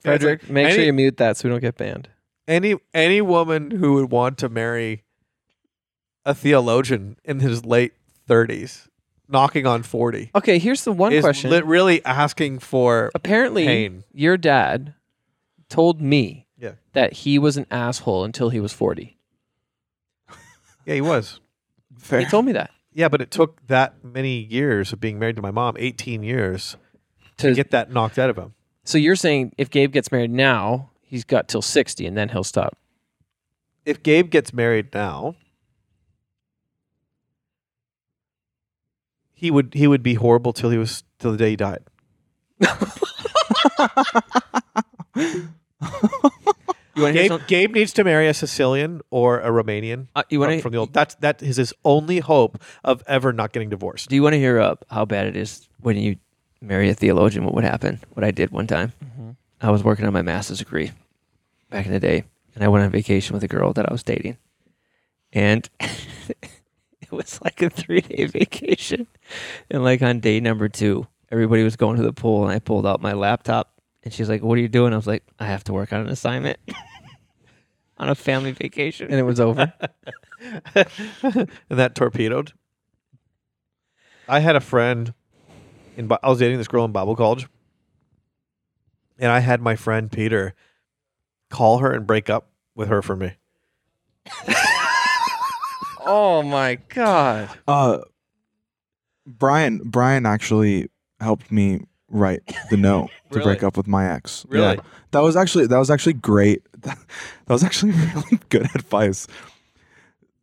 Speaker 3: Frederick, make sure
Speaker 1: any-
Speaker 3: you mute that so we don't get banned.
Speaker 1: Any any woman who would want to marry a theologian in his late thirties, knocking on forty,
Speaker 3: Okay, here's the one
Speaker 1: is
Speaker 3: question.
Speaker 1: lit- really asking for
Speaker 3: Apparently,
Speaker 1: pain.
Speaker 3: your dad told me
Speaker 1: Yeah.
Speaker 3: that he was an asshole until he was 40.
Speaker 1: Yeah, he was.
Speaker 2: Fair.
Speaker 3: He told me that.
Speaker 1: Yeah, but it took that many years of being married to my mom, 18 years, to
Speaker 3: To-
Speaker 1: get that knocked out of him.
Speaker 3: So you're saying if Gabe gets married now, he's got till 60 and then he'll stop.
Speaker 1: If Gabe gets married now, he would he would be horrible till he was till the day he died.
Speaker 4: You want to hear
Speaker 1: Gabe,
Speaker 4: something?
Speaker 1: Gabe needs to marry a Sicilian or a Romanian
Speaker 4: Uh, you want to
Speaker 1: from the old. That's that is his only hope of ever not getting divorced.
Speaker 4: Do you want to hear up how bad it is when you marry a theologian? What would happen? What I did one time,
Speaker 3: Mm-hmm.
Speaker 4: I was working on my master's degree back in the day, and I went on vacation with a girl that I was dating, and [LAUGHS] it was like a three day vacation, and like on day number two, everybody was going to the pool, and I pulled out my laptop, and she's like, "What are you doing?" I was like, "I have to work on an assignment." [LAUGHS] On a family vacation,
Speaker 3: And it was over.
Speaker 1: and [LAUGHS] that torpedoed. I had a friend in Bi- I was dating this girl in Bible college, and I had my friend Peter call her and break up with her for me.
Speaker 3: oh my God.
Speaker 2: [LAUGHS] Uh, Brian. Brian actually helped me write the [LAUGHS] note to
Speaker 1: Really?
Speaker 2: break up with my ex.
Speaker 1: Really?
Speaker 2: Yeah. That was actually that was actually great. [LAUGHS] That was actually [LAUGHS] really good advice.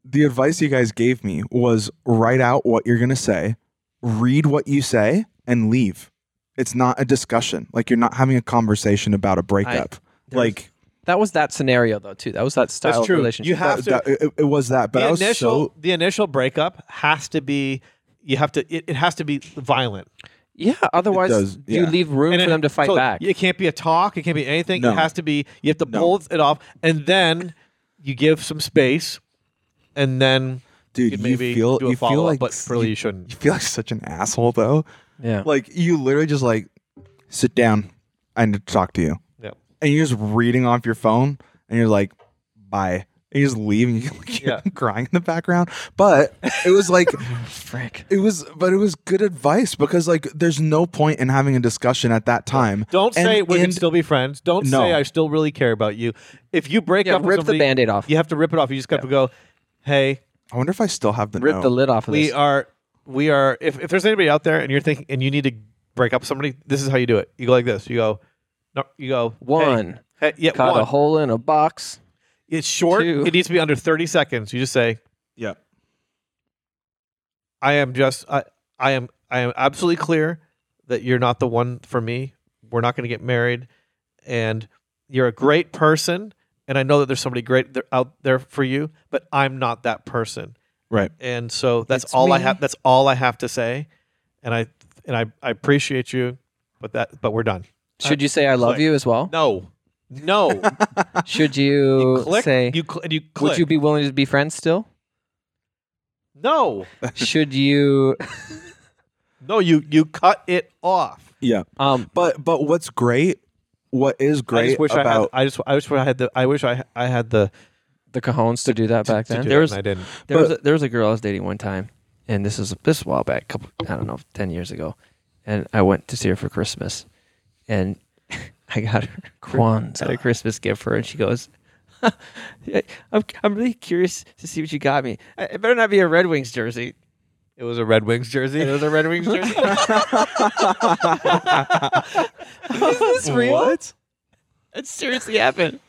Speaker 2: The advice you guys gave me was write out what you're gonna say, read what you say, and leave. It's not a discussion. Like you're not having a conversation about a breakup.
Speaker 4: there was-
Speaker 2: like
Speaker 3: That was that scenario, though, too. That was that style of relationship.
Speaker 1: You have to.
Speaker 2: that- it, it was that, but I
Speaker 1: the
Speaker 2: was
Speaker 1: initial
Speaker 2: so
Speaker 1: the initial breakup has to be you have to it, it has to be violent
Speaker 3: yeah, otherwise,
Speaker 2: does,
Speaker 3: you
Speaker 2: yeah.
Speaker 3: leave room for
Speaker 1: it-
Speaker 3: them to fight
Speaker 1: totally.
Speaker 3: back.
Speaker 1: It can't be a talk. It can't be anything.
Speaker 2: No.
Speaker 1: It has to be. You have to
Speaker 2: No.
Speaker 1: pull it off, and then you give some space, and then you
Speaker 2: dude,
Speaker 1: could
Speaker 2: you
Speaker 1: maybe
Speaker 2: feel
Speaker 1: do a
Speaker 2: you
Speaker 1: follow
Speaker 2: feel
Speaker 1: up.
Speaker 2: like
Speaker 1: but really, you shouldn't.
Speaker 2: you feel like such an asshole though.
Speaker 3: Yeah.
Speaker 2: Like you literally just like sit down. I need to talk to you.
Speaker 1: Yeah.
Speaker 2: And you're just reading off your phone, and you're like, bye. And you just leave, and you [LAUGHS] like, you're
Speaker 1: Yeah.
Speaker 2: crying in the background. But it was
Speaker 1: [LAUGHS]
Speaker 2: like
Speaker 3: Frick.
Speaker 2: it was, but it was good advice because like there's no point in having a discussion at that time.
Speaker 1: Don't
Speaker 2: And-
Speaker 1: say we can
Speaker 2: and-
Speaker 1: still be friends. Don't
Speaker 2: No.
Speaker 1: say I still really care about you. If you break
Speaker 3: Yeah,
Speaker 1: up, with
Speaker 3: rip the
Speaker 1: somebody,
Speaker 3: band aid off.
Speaker 1: You have to rip it off. You just got to go. Hey,
Speaker 2: I wonder if I still have the
Speaker 3: Rip
Speaker 2: note.
Speaker 3: the lid off of
Speaker 1: we
Speaker 3: this.
Speaker 1: are, we are. If, if there's anybody out there and you're thinking and you need to break up with somebody, this is how you do it. You go like this. You go, no, you go hey,
Speaker 3: One.
Speaker 1: Hey, yeah,
Speaker 3: Caught
Speaker 1: one.
Speaker 3: a hole in a box.
Speaker 1: It's short.
Speaker 3: Two.
Speaker 1: It needs to be under 30 seconds. You just say,
Speaker 2: yeah.
Speaker 1: I am just I I am I am absolutely clear that you're not the one for me. We're not going to get married and you're a great person and I know that there's somebody great there, out there for you, but I'm not that person.
Speaker 2: Right.
Speaker 1: And so that's
Speaker 3: It's
Speaker 1: all I
Speaker 3: me.
Speaker 1: have that's all I have to say. And I and I, I appreciate you, but that but we're done.
Speaker 3: Should you say I love
Speaker 1: click.
Speaker 3: you
Speaker 1: [LAUGHS]
Speaker 3: as well?
Speaker 1: No. No.
Speaker 3: Should [LAUGHS] you,
Speaker 1: you click
Speaker 3: say
Speaker 1: you cl- and you click.
Speaker 3: would you be willing to be friends still?
Speaker 1: No.
Speaker 3: Should you
Speaker 1: No, you you cut it off.
Speaker 2: Yeah.
Speaker 3: um
Speaker 2: But but what's great what is
Speaker 1: I
Speaker 2: great
Speaker 1: just wish I had.
Speaker 2: about
Speaker 1: I just. I wish I had the. I wish I. I had the.
Speaker 3: the cajones to do that back
Speaker 1: to
Speaker 3: then.
Speaker 1: do
Speaker 4: There
Speaker 1: it,
Speaker 4: was-
Speaker 1: and I didn't.
Speaker 4: There
Speaker 2: But-
Speaker 4: was a, there was a girl I was dating one time, and this is this is a while back, couple I don't know, ten years ago, and I went to see her for Christmas, and [LAUGHS] I got her [LAUGHS]
Speaker 3: Kwanzaa.
Speaker 4: had a Christmas gift for her, and she goes, [LAUGHS] "I'm I'm really curious to see what you got me. I- It better not be a Red Wings jersey.
Speaker 1: It was a Red Wings jersey.
Speaker 4: It was a Red
Speaker 2: [LAUGHS]
Speaker 4: Wings jersey. [LAUGHS]
Speaker 1: Is this real? What?
Speaker 4: it seriously happened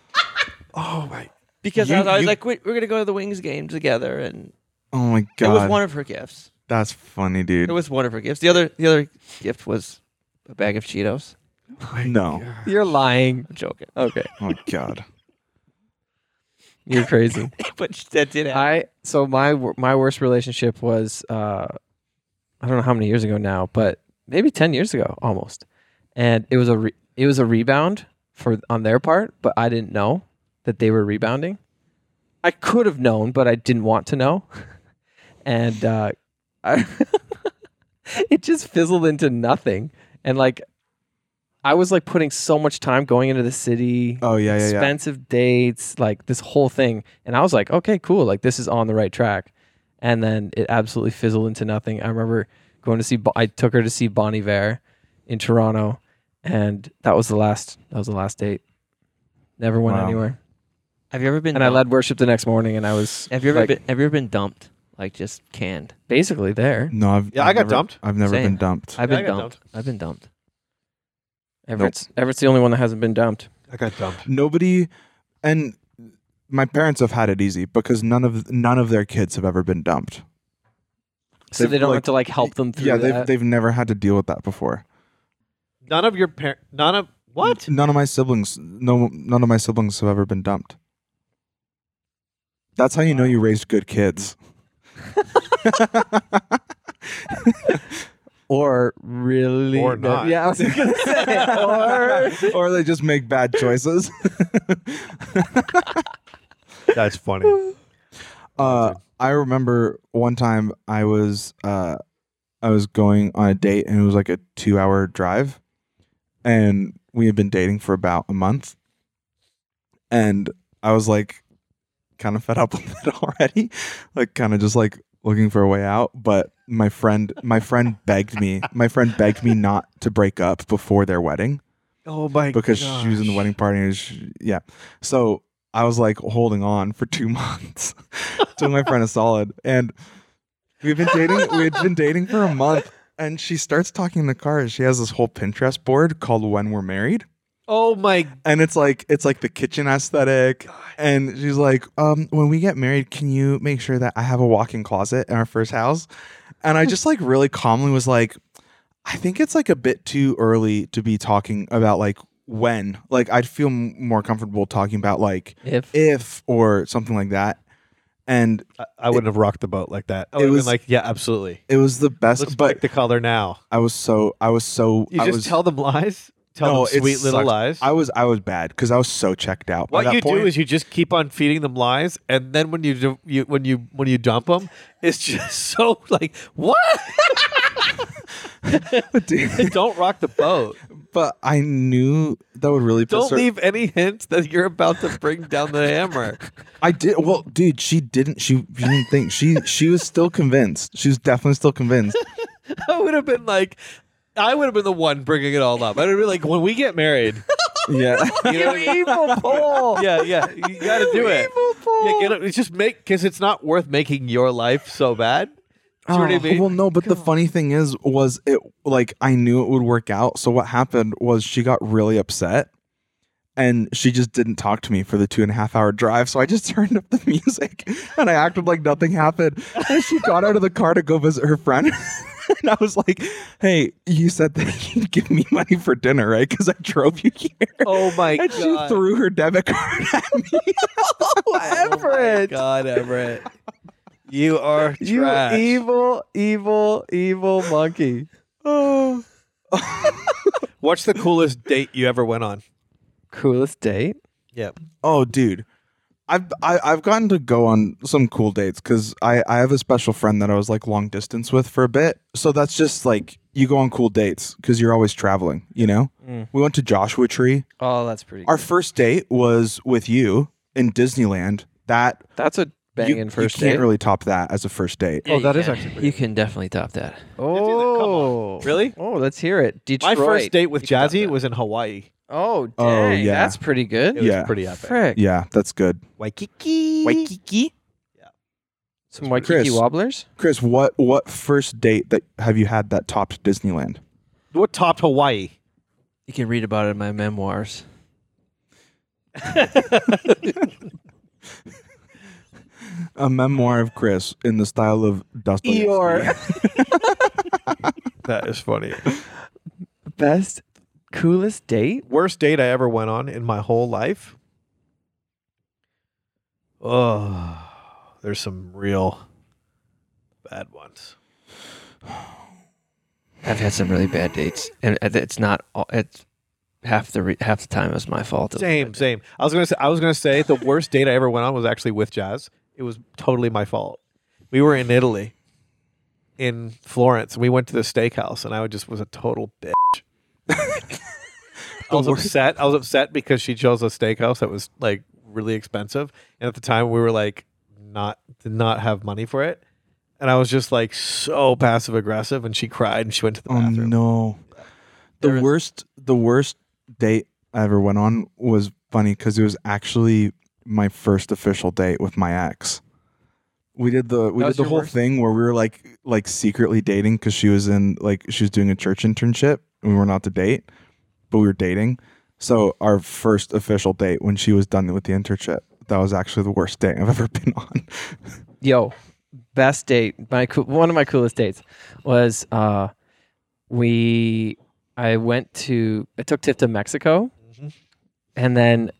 Speaker 1: Oh my!
Speaker 4: because
Speaker 2: You-
Speaker 4: I was always
Speaker 2: you-
Speaker 4: like, we, we're gonna go to the Wings game together, and
Speaker 2: oh my god
Speaker 4: it was one of her gifts.
Speaker 2: that's funny dude
Speaker 4: It was one of her gifts. The other the other gift was a bag of Cheetos.
Speaker 2: [LAUGHS] no
Speaker 3: You're lying.
Speaker 4: I'm joking.
Speaker 3: Okay,
Speaker 2: oh god
Speaker 3: you're crazy.
Speaker 4: but that did happen.
Speaker 3: I so my wor- my worst relationship was uh, I don't know how many years ago now, but maybe ten years ago almost, and it was a re- it was a rebound for on their part, but I didn't know that they were rebounding. I could have known, but I didn't want to know, [LAUGHS] and uh, [LAUGHS] I it just fizzled into nothing, and like I was like putting so much time going into the city
Speaker 2: oh yeah yeah yeah
Speaker 3: expensive dates, like this whole thing. And I was like, okay, cool. Like this is on the right track. And then it absolutely fizzled into nothing. I remember going to see, Bo- I took her to see Bonnie Vare in Toronto. And that was the last, that was the last date. Never went
Speaker 2: Wow.
Speaker 3: anywhere.
Speaker 4: Have you ever been?
Speaker 3: And I
Speaker 4: dumped?
Speaker 3: led worship the next morning and I was
Speaker 4: Have you ever
Speaker 3: like,
Speaker 4: been? Have you ever been dumped? Like just canned?
Speaker 3: basically there
Speaker 2: no I've,
Speaker 1: Yeah, I
Speaker 2: I've
Speaker 1: got
Speaker 2: never-
Speaker 1: dumped.
Speaker 2: I've never
Speaker 4: Same.
Speaker 2: been dumped
Speaker 4: I've
Speaker 1: Yeah, I
Speaker 4: been
Speaker 1: got
Speaker 4: dumped. I've been dumped.
Speaker 3: Everett's, Everett's the only one that hasn't been dumped.
Speaker 1: I got dumped.
Speaker 2: nobody and my parents have had it easy because none of none of their kids have ever been dumped
Speaker 3: So
Speaker 2: They've,
Speaker 3: they don't
Speaker 2: like-
Speaker 3: have to like help them through
Speaker 2: yeah they've,
Speaker 3: that.
Speaker 2: they've never had to deal with that before
Speaker 1: None of your parent. None of what?
Speaker 2: none of my siblings no none of my siblings have ever been dumped that's how you know you raised good kids
Speaker 3: or really.
Speaker 1: Or not.
Speaker 3: Yeah, I was going to
Speaker 2: [LAUGHS]
Speaker 3: say. or.
Speaker 2: or they just make bad choices
Speaker 1: [LAUGHS] That's funny.
Speaker 2: Uh, I remember one time I was uh, I was going on a date and it was like a two hour drive, and we had been dating for about a month, and I was like, kind of fed up [LAUGHS] with it already, like kind of just like looking for a way out. But my friend, my friend begged me, my friend begged me not to break up before their wedding
Speaker 1: [LAUGHS] Oh my!
Speaker 2: because she was in the wedding party. And she, yeah, so I was like holding on for two [LAUGHS] months to my friend is solid, and we've been dating. we had been dating for a month, and she starts talking in the car. She has this whole Pinterest board called "When We're Married,"
Speaker 1: Oh my!
Speaker 2: and it's like it's like the kitchen aesthetic. And she's like, um, "When we get married, can you make sure that I have a walk-in closet in our first house?" And I just like really calmly was like, "I think it's like a bit too early to be talking about like." when like i'd feel m- more comfortable talking about like
Speaker 3: If.
Speaker 2: if or something like that and
Speaker 1: I, I wouldn't have rocked the boat like that. I
Speaker 2: It
Speaker 1: would have
Speaker 2: was-
Speaker 1: been like, yeah, absolutely.
Speaker 2: It was the best,
Speaker 1: Let's
Speaker 2: but
Speaker 1: pick the color now.
Speaker 2: I was so I was so
Speaker 1: You
Speaker 2: I
Speaker 1: just
Speaker 2: was
Speaker 1: tell them lies. Tell
Speaker 2: No,
Speaker 1: them
Speaker 2: it
Speaker 1: sweet little
Speaker 2: sucked.
Speaker 1: lies.
Speaker 2: I was I was bad because I was so checked out. by
Speaker 1: what
Speaker 2: that
Speaker 1: you
Speaker 2: point.
Speaker 1: do is you just keep on feeding them lies, and then when you, do, you when you when you dump them, it's just [LAUGHS] so like [LAUGHS] what? [LAUGHS] Don't rock the boat.
Speaker 2: but I knew that would really
Speaker 1: Don't
Speaker 2: piss her.
Speaker 1: leave any hints that you're about to bring down the
Speaker 4: [LAUGHS]
Speaker 1: hammer.
Speaker 3: Oh,
Speaker 2: I did well, dude. She didn't. She, she didn't think. She she was still convinced. She was definitely still convinced.
Speaker 1: I would have been like, I would have been the one bringing it all up. I would have been like, when we get married,
Speaker 2: yeah,
Speaker 1: you know, what I mean?
Speaker 3: Evil
Speaker 1: [LAUGHS]
Speaker 3: Paul.
Speaker 1: yeah, yeah, you got to do it. Yeah, get it. It's just make because it's not worth making your life so bad. Do you know what I mean?
Speaker 2: Oh, Well, no, but the funny thing is, was it like I knew it would work out. So what happened was she got really upset, and she just didn't talk to me for the two and a half hour drive. So I just [LAUGHS] turned up the music and I acted like nothing happened. And she got out of the car to go visit her friend. [LAUGHS] And I was like, "Hey, you said that [LAUGHS] you'd give me money for dinner, right? Because I drove you here."
Speaker 1: Oh [LAUGHS] my
Speaker 2: and she
Speaker 1: god!
Speaker 2: threw her debit card at
Speaker 1: [LAUGHS] [SIGHS]
Speaker 2: me. [LAUGHS]
Speaker 1: Everett. God, Everett. [LAUGHS] You are
Speaker 3: You
Speaker 1: trash.
Speaker 3: evil, evil, evil monkey.
Speaker 2: Oh.
Speaker 1: What's the coolest date you ever went on?
Speaker 3: Coolest date?
Speaker 1: Yep.
Speaker 2: Oh, dude. I've I, I've gotten to go on some cool dates because I I have a special friend that I was like long distance with for a bit. So that's just like you go on cool dates because you're always traveling. You know,
Speaker 4: Mm.
Speaker 2: we went to Joshua Tree.
Speaker 3: Oh, that's pretty.
Speaker 2: Our first date was with you in Disneyland. That
Speaker 3: that's a banging
Speaker 2: you,
Speaker 3: first
Speaker 2: you can't
Speaker 3: date.
Speaker 2: really top that as a first date.
Speaker 4: Yeah,
Speaker 3: Oh, that
Speaker 4: you
Speaker 3: is
Speaker 4: can.
Speaker 3: actually pretty
Speaker 4: You can definitely top that.
Speaker 3: oh,
Speaker 1: Really?
Speaker 3: Oh, let's hear it.
Speaker 1: My
Speaker 3: Detroit.
Speaker 1: first date with
Speaker 3: You can top
Speaker 1: Jazzy
Speaker 3: that.
Speaker 1: was in Hawaii.
Speaker 3: Oh, dang,
Speaker 2: Oh, yeah.
Speaker 3: that's pretty good.
Speaker 1: It was
Speaker 2: Yeah.
Speaker 1: pretty epic.
Speaker 3: Frick.
Speaker 2: Yeah, that's good.
Speaker 1: Waikiki.
Speaker 3: Some Waikiki
Speaker 2: Chris.
Speaker 3: wobblers.
Speaker 2: Chris, what what first date that have you had that topped Disneyland?
Speaker 1: What topped Hawaii?
Speaker 4: You can read about it in my memoirs.
Speaker 2: A memoir of Chris in the style of Dostoevsky.
Speaker 1: That is funny.
Speaker 3: Best, coolest date.
Speaker 1: Worst date I ever went on in my whole life. Oh, there's some real bad ones.
Speaker 4: I've had some really bad dates, and it- it's not. all- It's half the re- half the time it was my fault.
Speaker 1: Same, same. I was gonna say. I was gonna say the worst date I ever went on was actually with Jazz. It was totally my fault. We were in Italy, in Florence, and we went to the steakhouse, and I just was a total bitch. I was upset. I was upset because she chose a steakhouse that was like really expensive, and at the time we were like not did not have money for it, and I was just like so passive aggressive, and she cried and she went to the
Speaker 2: Oh
Speaker 1: bathroom.
Speaker 2: no. The
Speaker 4: There is-
Speaker 2: worst the worst date I ever went on was funny because it was actually my first official date with my ex. We did the we
Speaker 3: That was
Speaker 2: did the
Speaker 3: your
Speaker 2: whole
Speaker 3: worst?
Speaker 2: thing where we were like like secretly dating because she was in like she was doing a church internship and we were not to date, but we were dating. So our first official date when she was done with the internship, that was actually the worst date I've ever [LAUGHS] been on.
Speaker 3: Yo, best date. My coo- one of my coolest dates was uh, we. I went to. I took Tiff to Mexico,
Speaker 2: Mm-hmm.
Speaker 1: Mhm.
Speaker 3: and then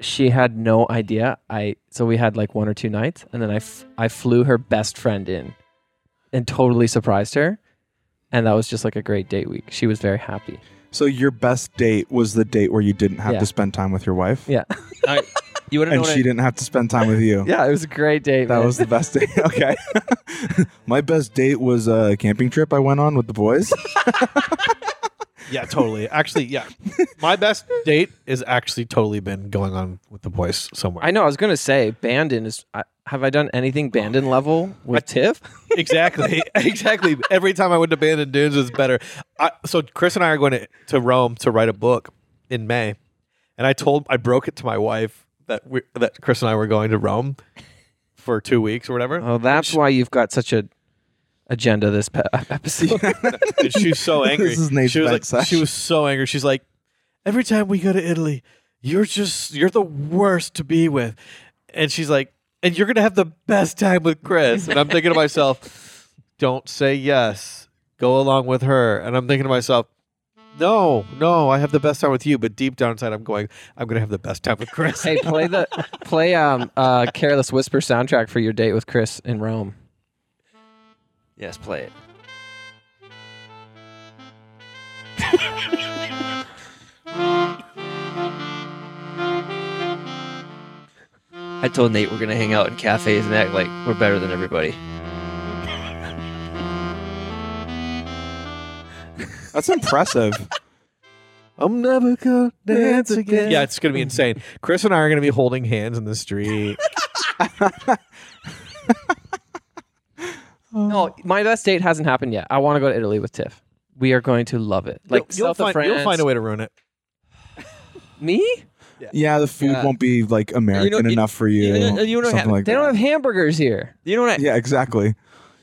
Speaker 3: she had no idea. I so we had like one or two nights, and then I f- I flew her best friend in, and totally surprised her, and that was just like a great date week. She was very happy.
Speaker 2: so your best date was the date where you didn't have
Speaker 3: Yeah.
Speaker 2: to spend time with your wife.
Speaker 3: Yeah,
Speaker 4: You wouldn't
Speaker 2: and
Speaker 4: know what
Speaker 2: she didn't have to spend time with
Speaker 4: [LAUGHS]
Speaker 2: you.
Speaker 3: yeah, it was a great date.
Speaker 2: That
Speaker 3: man.
Speaker 2: was the best date. [LAUGHS] Okay. My best date was a camping trip I went on with the boys.
Speaker 1: Yeah, totally. Actually, yeah. My best date is actually totally been going on with the boys somewhere.
Speaker 3: I know. I was gonna say Bandon is. I, have I done anything Bandon level with Tiff?
Speaker 1: exactly. exactly. Every time I went to Band and Dunes was better. I, so Chris and I are going to, to Rome to write a book in May. And I told I broke it to my wife that we that Chris and I were going to Rome for 2 weeks or whatever.
Speaker 3: Oh, that's why you've got such a agenda this pe- [LAUGHS] episode.
Speaker 1: And she was so angry.
Speaker 2: [LAUGHS] This is Nate's
Speaker 1: she was
Speaker 2: back
Speaker 1: like,
Speaker 2: session.
Speaker 1: she was so angry. She's like, every time we go to Italy, you're just you're the worst to be with. And she's like, and you're gonna have the best time with Chris. And I'm thinking to myself, [LAUGHS] don't say yes. Go along with her. And I'm thinking to myself, no, no, I have the best time with you. But deep down inside, I'm going, I'm gonna have the best time with Chris.
Speaker 3: hey, play the play um uh Careless Whisper soundtrack for your date with Chris in Rome.
Speaker 4: Yes, play it. I told Nate we're gonna hang out in cafes and act like we're better than everybody.
Speaker 2: That's [LAUGHS] impressive.
Speaker 1: I'm never gonna
Speaker 2: dance again.
Speaker 1: Yeah, it's gonna be insane. Chris and I are gonna be holding hands in the [LAUGHS] street.
Speaker 3: No, my best date hasn't happened yet. I want to go to Italy with Tiff. We are going to love it. Like
Speaker 1: you'll, you'll
Speaker 3: south of
Speaker 1: find,
Speaker 3: France.
Speaker 1: you'll find a way to ruin it.
Speaker 3: Me?
Speaker 2: Yeah, the food
Speaker 4: Yeah.
Speaker 2: won't be like American
Speaker 4: you-
Speaker 2: enough for you.
Speaker 4: you know- you know what
Speaker 2: something
Speaker 4: hap-
Speaker 2: like
Speaker 3: They don't
Speaker 2: that.
Speaker 3: have hamburgers here.
Speaker 4: You know what? I,
Speaker 2: yeah, exactly.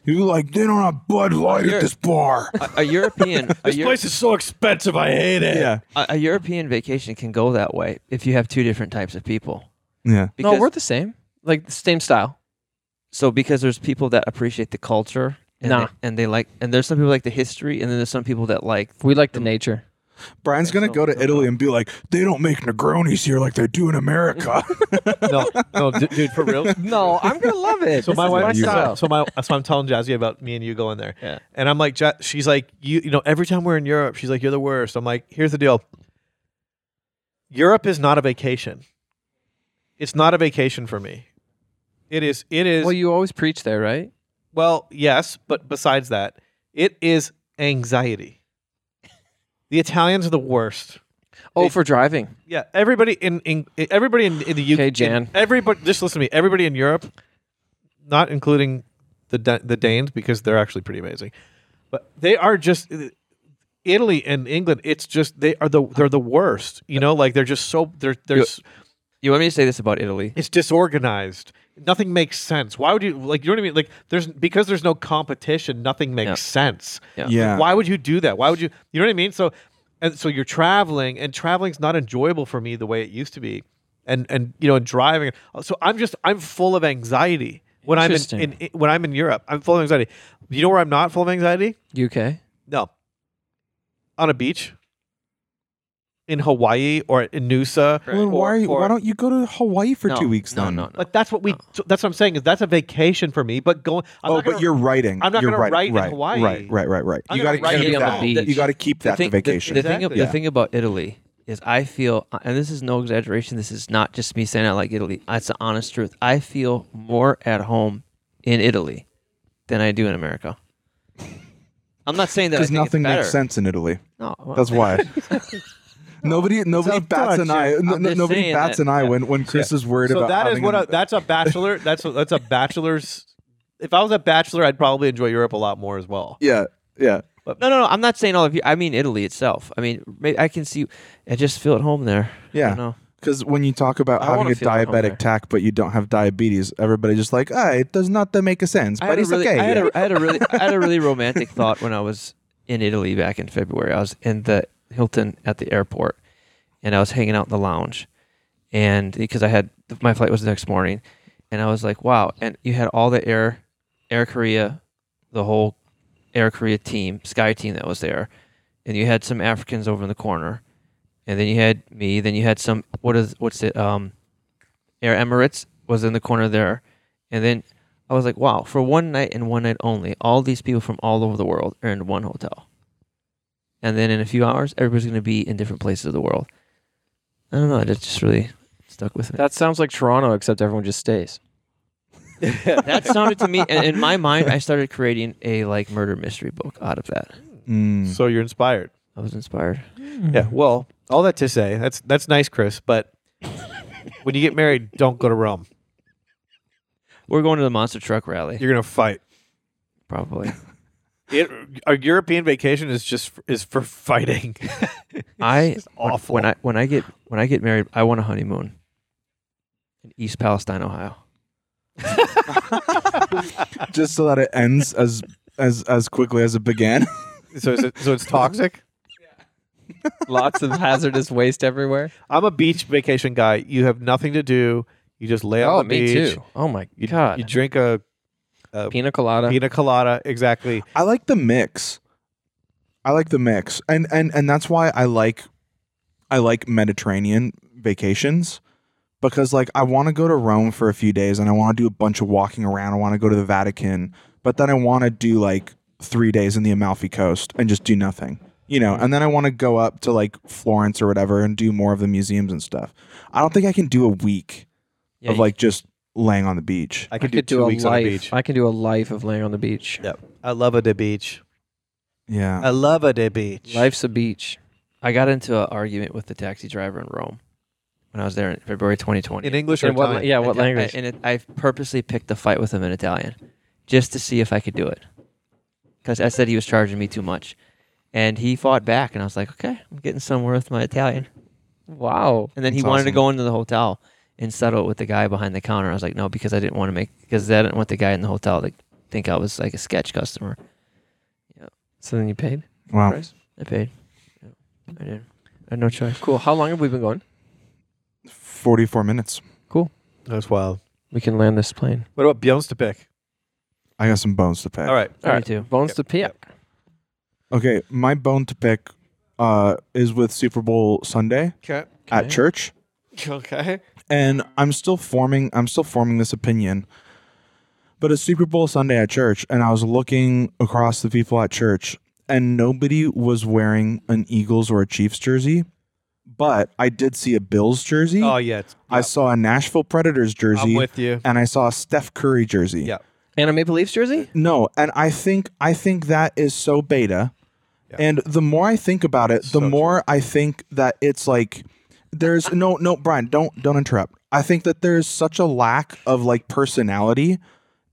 Speaker 2: You like they don't have Bud Light
Speaker 4: You're-
Speaker 2: at this
Speaker 4: [LAUGHS]
Speaker 2: bar. [LAUGHS]
Speaker 4: a, a European, a, Euro-
Speaker 1: is so expensive. I hate it.
Speaker 2: yeah,
Speaker 4: a, a European vacation can go that way if you have two different types of people.
Speaker 2: yeah.
Speaker 4: Because,
Speaker 3: no, we're the same. Like the same style.
Speaker 4: so because there's people that appreciate the culture, and,
Speaker 3: Nah.
Speaker 4: they, and they like, and there's some people like the history, and then there's some people that like
Speaker 3: We like the nature.
Speaker 2: Brian's gonna
Speaker 4: so-
Speaker 2: go to
Speaker 4: so-
Speaker 2: Italy and be like, they don't make Negronis here like they do in
Speaker 4: [LAUGHS]
Speaker 2: America.
Speaker 1: no, no, d- dude, for
Speaker 3: [LAUGHS]
Speaker 1: real.
Speaker 3: No, I'm gonna love [LAUGHS] it.
Speaker 1: So
Speaker 3: This
Speaker 1: my
Speaker 3: is
Speaker 1: wife,
Speaker 3: my
Speaker 1: so-
Speaker 3: style.
Speaker 1: so my, so I'm telling Jazzy about me and you going there,
Speaker 4: Yeah.
Speaker 1: and I'm like, Ja- she's like, you, you know, every time we're in Europe, she's like, you're the worst. I'm like, here's the deal. Europe is not a vacation. It's not a vacation for me. It is. It is.
Speaker 3: Well, you always preach there, right?
Speaker 1: Well, yes, but besides that, it is anxiety. The Italians are the worst.
Speaker 3: Oh,
Speaker 1: Hey.
Speaker 3: for driving.
Speaker 1: Yeah, everybody in, in everybody in, in the UK.
Speaker 3: Okay, Jan.
Speaker 1: everybody, just listen to me. Everybody in Europe, not including the Da- the Danes because they're actually pretty amazing, but they are just Italy and England. It's just they are the they're the worst. You know, like they're just so they're they're
Speaker 4: You-
Speaker 1: s-
Speaker 4: You want me to say this about Italy?
Speaker 1: it's disorganized. Nothing makes sense. Why would you like? You know what I mean? Like there's because there's no competition. Nothing makes
Speaker 4: Yeah.
Speaker 1: sense.
Speaker 2: Yeah.
Speaker 1: Why would you do that? Why would you? You know what I mean? So, and so you're traveling, and traveling's not enjoyable for me the way it used to be, and and you know, and driving. So I'm just I'm full of anxiety when I'm in,
Speaker 3: Interesting.
Speaker 1: in, when I'm in Europe. I'm full of anxiety. You know where I'm not full of anxiety?
Speaker 3: UK.
Speaker 1: No. On a beach. In Hawaii or in Noosa.
Speaker 2: Well, then
Speaker 1: or-
Speaker 2: why are you,
Speaker 1: or-
Speaker 2: why don't you go to Hawaii for
Speaker 4: No,
Speaker 2: two weeks
Speaker 4: No,
Speaker 2: then?
Speaker 4: no, no.
Speaker 1: But that's what we. so that's what I'm saying is that's a vacation for me. But going. I'm
Speaker 2: oh,
Speaker 1: not
Speaker 2: but
Speaker 1: gonna-
Speaker 2: you're writing.
Speaker 1: I'm not
Speaker 2: you're
Speaker 1: gonna
Speaker 2: right,
Speaker 1: write in
Speaker 2: right,
Speaker 1: Hawaii.
Speaker 2: Right, right, right, right.
Speaker 1: I'm
Speaker 2: you
Speaker 1: not
Speaker 2: got to
Speaker 1: gonna write
Speaker 2: keep
Speaker 4: in
Speaker 2: that.
Speaker 4: Hawaii.
Speaker 2: You got to keep that the
Speaker 4: the-
Speaker 2: vacation.
Speaker 4: The, thing,
Speaker 1: Exactly.
Speaker 4: the thing about Italy is I feel, uh, and this is no exaggeration, this is not just me saying I like Italy. It's the honest truth. I feel more at home in Italy than I do in America. I'm not saying that I
Speaker 2: because
Speaker 4: think it's
Speaker 2: nothing
Speaker 4: better.
Speaker 2: makes sense in Italy.
Speaker 4: No, uh,
Speaker 2: [LAUGHS]
Speaker 4: well,
Speaker 2: That's why. nobody, nobody
Speaker 4: So
Speaker 2: bats an
Speaker 4: Dutch,
Speaker 2: eye.
Speaker 4: I'm
Speaker 2: no-
Speaker 4: just
Speaker 2: no- nobody
Speaker 4: saying
Speaker 2: bats
Speaker 4: that-
Speaker 2: an eye when when Chris is worried
Speaker 1: so
Speaker 2: about.
Speaker 1: that is
Speaker 2: having
Speaker 1: what
Speaker 2: a-
Speaker 1: a, that's a bachelor. That's a, that's a bachelor's. If I was a bachelor, I'd probably enjoy Europe a lot more as well.
Speaker 2: yeah, yeah.
Speaker 4: no, no, no. I'm not saying all of you. I mean Italy itself. I mean, may- I can see. I just feel at home there. I
Speaker 2: Yeah.
Speaker 4: don't know.
Speaker 2: Because when you talk about
Speaker 4: I
Speaker 2: having
Speaker 4: wanna
Speaker 2: a
Speaker 4: feel at home there.
Speaker 2: diabetic attack, but you don't have diabetes, everybody just like, ah, it does not uh, make a sense,
Speaker 4: I
Speaker 2: but
Speaker 4: had a
Speaker 2: it's
Speaker 4: really,
Speaker 2: okay.
Speaker 4: I had,
Speaker 2: yeah.
Speaker 4: a, I had a really, I had
Speaker 2: [LAUGHS]
Speaker 4: a really romantic thought when I was in Italy back in February. I was in the Hilton at the airport, and I was hanging out in the lounge, and because I had my flight was the next morning, and I was like, wow! And you had all the air, Air Korea, the whole Air Korea team, Sky team that was there, and you had some Africans over in the corner, and then you had me, then you had some what is what's it um, Air Emirates was in the corner there, and then I was like, wow, for one night and one night only, all these people from all over the world are in one hotel. And then in a few hours, everybody's going to be in different places of the world. I don't know. That just really stuck with me. [LAUGHS]
Speaker 3: That sounds like Toronto, except everyone just stays.
Speaker 4: That sounded to me, and in my mind, I started creating a like murder mystery book out of that.
Speaker 3: Mm-hmm.
Speaker 1: [LAUGHS]
Speaker 2: Mm.
Speaker 1: So you're inspired.
Speaker 4: I was inspired.
Speaker 1: Yeah. Well, all that to say, that's that's nice, Chris. But when you get married, don't go to Rome.
Speaker 4: We're going to the monster truck rally,
Speaker 1: You're gonna fight.
Speaker 4: probably.
Speaker 1: It, our European vacation is just is for fighting. [LAUGHS]
Speaker 4: I
Speaker 1: awful.
Speaker 4: when I when I get when I get married, I want a honeymoon in East Palestine, Ohio.
Speaker 2: Just so that it ends as as as quickly as it began. [LAUGHS]
Speaker 1: so is it, so
Speaker 3: [LAUGHS]
Speaker 1: it's toxic.
Speaker 3: Lots of hazardous waste everywhere.
Speaker 1: I'm a beach vacation guy. You have nothing to do. You just lay on
Speaker 3: oh,
Speaker 1: the
Speaker 3: me
Speaker 1: beach.
Speaker 3: too. Oh my
Speaker 1: You,
Speaker 3: god.
Speaker 1: you drink a
Speaker 3: Pina colada.
Speaker 1: pina colada. Exactly.
Speaker 2: I like the mix. I like the mix, and and and that's why I like, I like Mediterranean vacations, because like I want to go to Rome for a few days, and I want to do a bunch of walking around. I want to go to the Vatican, but then I want to do like three days in the Amalfi Coast and just do nothing, you know. And then I want to go up to like Florence or whatever and do more of the museums and stuff. I don't think I can do a week
Speaker 4: Yeah,
Speaker 2: of
Speaker 4: you-
Speaker 2: like just laying on the beach.
Speaker 1: I
Speaker 3: I
Speaker 1: could,
Speaker 3: could
Speaker 1: do two
Speaker 3: a
Speaker 1: weeks
Speaker 3: life.
Speaker 1: on the beach.
Speaker 3: I can do a life of laying on the beach.
Speaker 1: Yep. I love a de beach.
Speaker 2: yeah.
Speaker 1: I love a de beach.
Speaker 3: Life's a beach.
Speaker 4: I got into an argument with the taxi driver in Rome when I was there in February 2020.
Speaker 1: in English or
Speaker 3: And what,
Speaker 1: Italian?
Speaker 3: yeah, what
Speaker 4: Ita-
Speaker 3: language?
Speaker 4: I, and it, I purposely picked a fight with him in Italian, just to see if I could do it, because I said he was charging me too much, and he fought back, and I was like, okay, I'm getting somewhere with my Italian.
Speaker 3: wow.
Speaker 4: And then he
Speaker 2: That's
Speaker 4: wanted to
Speaker 2: awesome.
Speaker 4: go into the hotel and settle it with the guy behind the counter. I was like, no, because I didn't want to make because I didn't want the guy in the hotel to think I was like a sketch customer.
Speaker 3: So then you paid.
Speaker 2: Wow.
Speaker 3: Price?
Speaker 4: I paid. Yeah, I did. I had no choice.
Speaker 3: Cool. How long have we been going?
Speaker 2: Forty-four minutes.
Speaker 1: That's wild.
Speaker 3: We can land this plane.
Speaker 1: What about Bjorn's to pick?
Speaker 2: I got some bones to pick.
Speaker 1: All right.
Speaker 3: All right.
Speaker 4: 32.
Speaker 3: Bones
Speaker 1: Yep,
Speaker 3: to pick.
Speaker 1: yep.
Speaker 2: Okay, my bone to pick uh, is with Super Bowl Sunday
Speaker 1: Okay.
Speaker 2: at church,
Speaker 1: Okay.
Speaker 2: and I'm still forming. I'm still forming this opinion. But it's Super Bowl Sunday at church, and I was looking across the people at church, and nobody was wearing an Eagles or a Chiefs jersey, But I did see a Bills jersey.
Speaker 1: Oh yeah, it's,
Speaker 2: I
Speaker 1: yeah,
Speaker 2: saw a Nashville Predators
Speaker 1: I'm
Speaker 2: jersey,
Speaker 1: with you.
Speaker 2: and I saw a Steph Curry jersey.
Speaker 1: Yeah.
Speaker 3: And a Maple Leafs jersey?
Speaker 2: No, and I think I think that is so beta.
Speaker 1: Yeah.
Speaker 2: And the more I think about it, the
Speaker 1: So
Speaker 2: more I think that it's like there's no no Brian, don't don't interrupt. I think that there's such a lack of like personality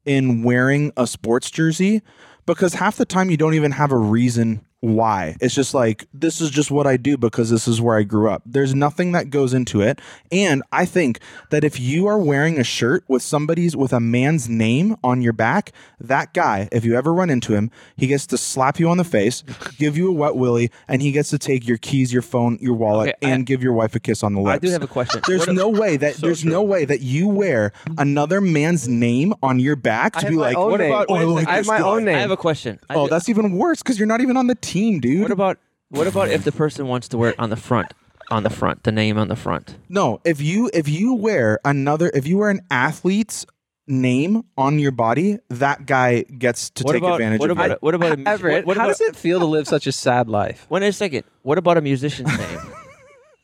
Speaker 2: in wearing a sports jersey because half the time you don't even have a reason why. It's just like this is just what I do because this is where I grew up. There's nothing that goes into it. And I think that if you are wearing a shirt with somebody's with a man's name on your back, that guy, if you ever run into him, he gets to slap you on the face, [LAUGHS] give you a wet willy, and he gets to take your keys, your phone, your wallet,
Speaker 4: Okay, I-
Speaker 2: and give your wife a kiss on the lips.
Speaker 4: I do have a question.
Speaker 2: There's
Speaker 4: What a-
Speaker 2: no way that there's no way that you wear another man's name on your back to
Speaker 4: have
Speaker 2: be
Speaker 4: my
Speaker 2: like,
Speaker 4: own
Speaker 2: what
Speaker 4: name.
Speaker 2: about?
Speaker 4: Oh, I
Speaker 2: I
Speaker 4: like
Speaker 2: like
Speaker 3: I have
Speaker 2: this
Speaker 3: my
Speaker 2: guy."
Speaker 3: own name.
Speaker 4: I have a question. I
Speaker 2: Oh,
Speaker 4: do-
Speaker 2: that's even worse because you're not even on the team, dude.
Speaker 4: What about what about if the person wants to wear it on the front, on the front, the name on the front?
Speaker 2: no, if you if you wear another if you wear an athlete's name on your body, that guy gets to
Speaker 4: What
Speaker 2: take
Speaker 4: about-
Speaker 2: advantage
Speaker 4: what
Speaker 2: of
Speaker 4: about
Speaker 2: it.
Speaker 4: what about a mu-
Speaker 3: Everett,
Speaker 4: what, what
Speaker 3: how
Speaker 4: about,
Speaker 3: does it feel to live such a sad life?
Speaker 4: Wait a second. What about a musician's [LAUGHS] name?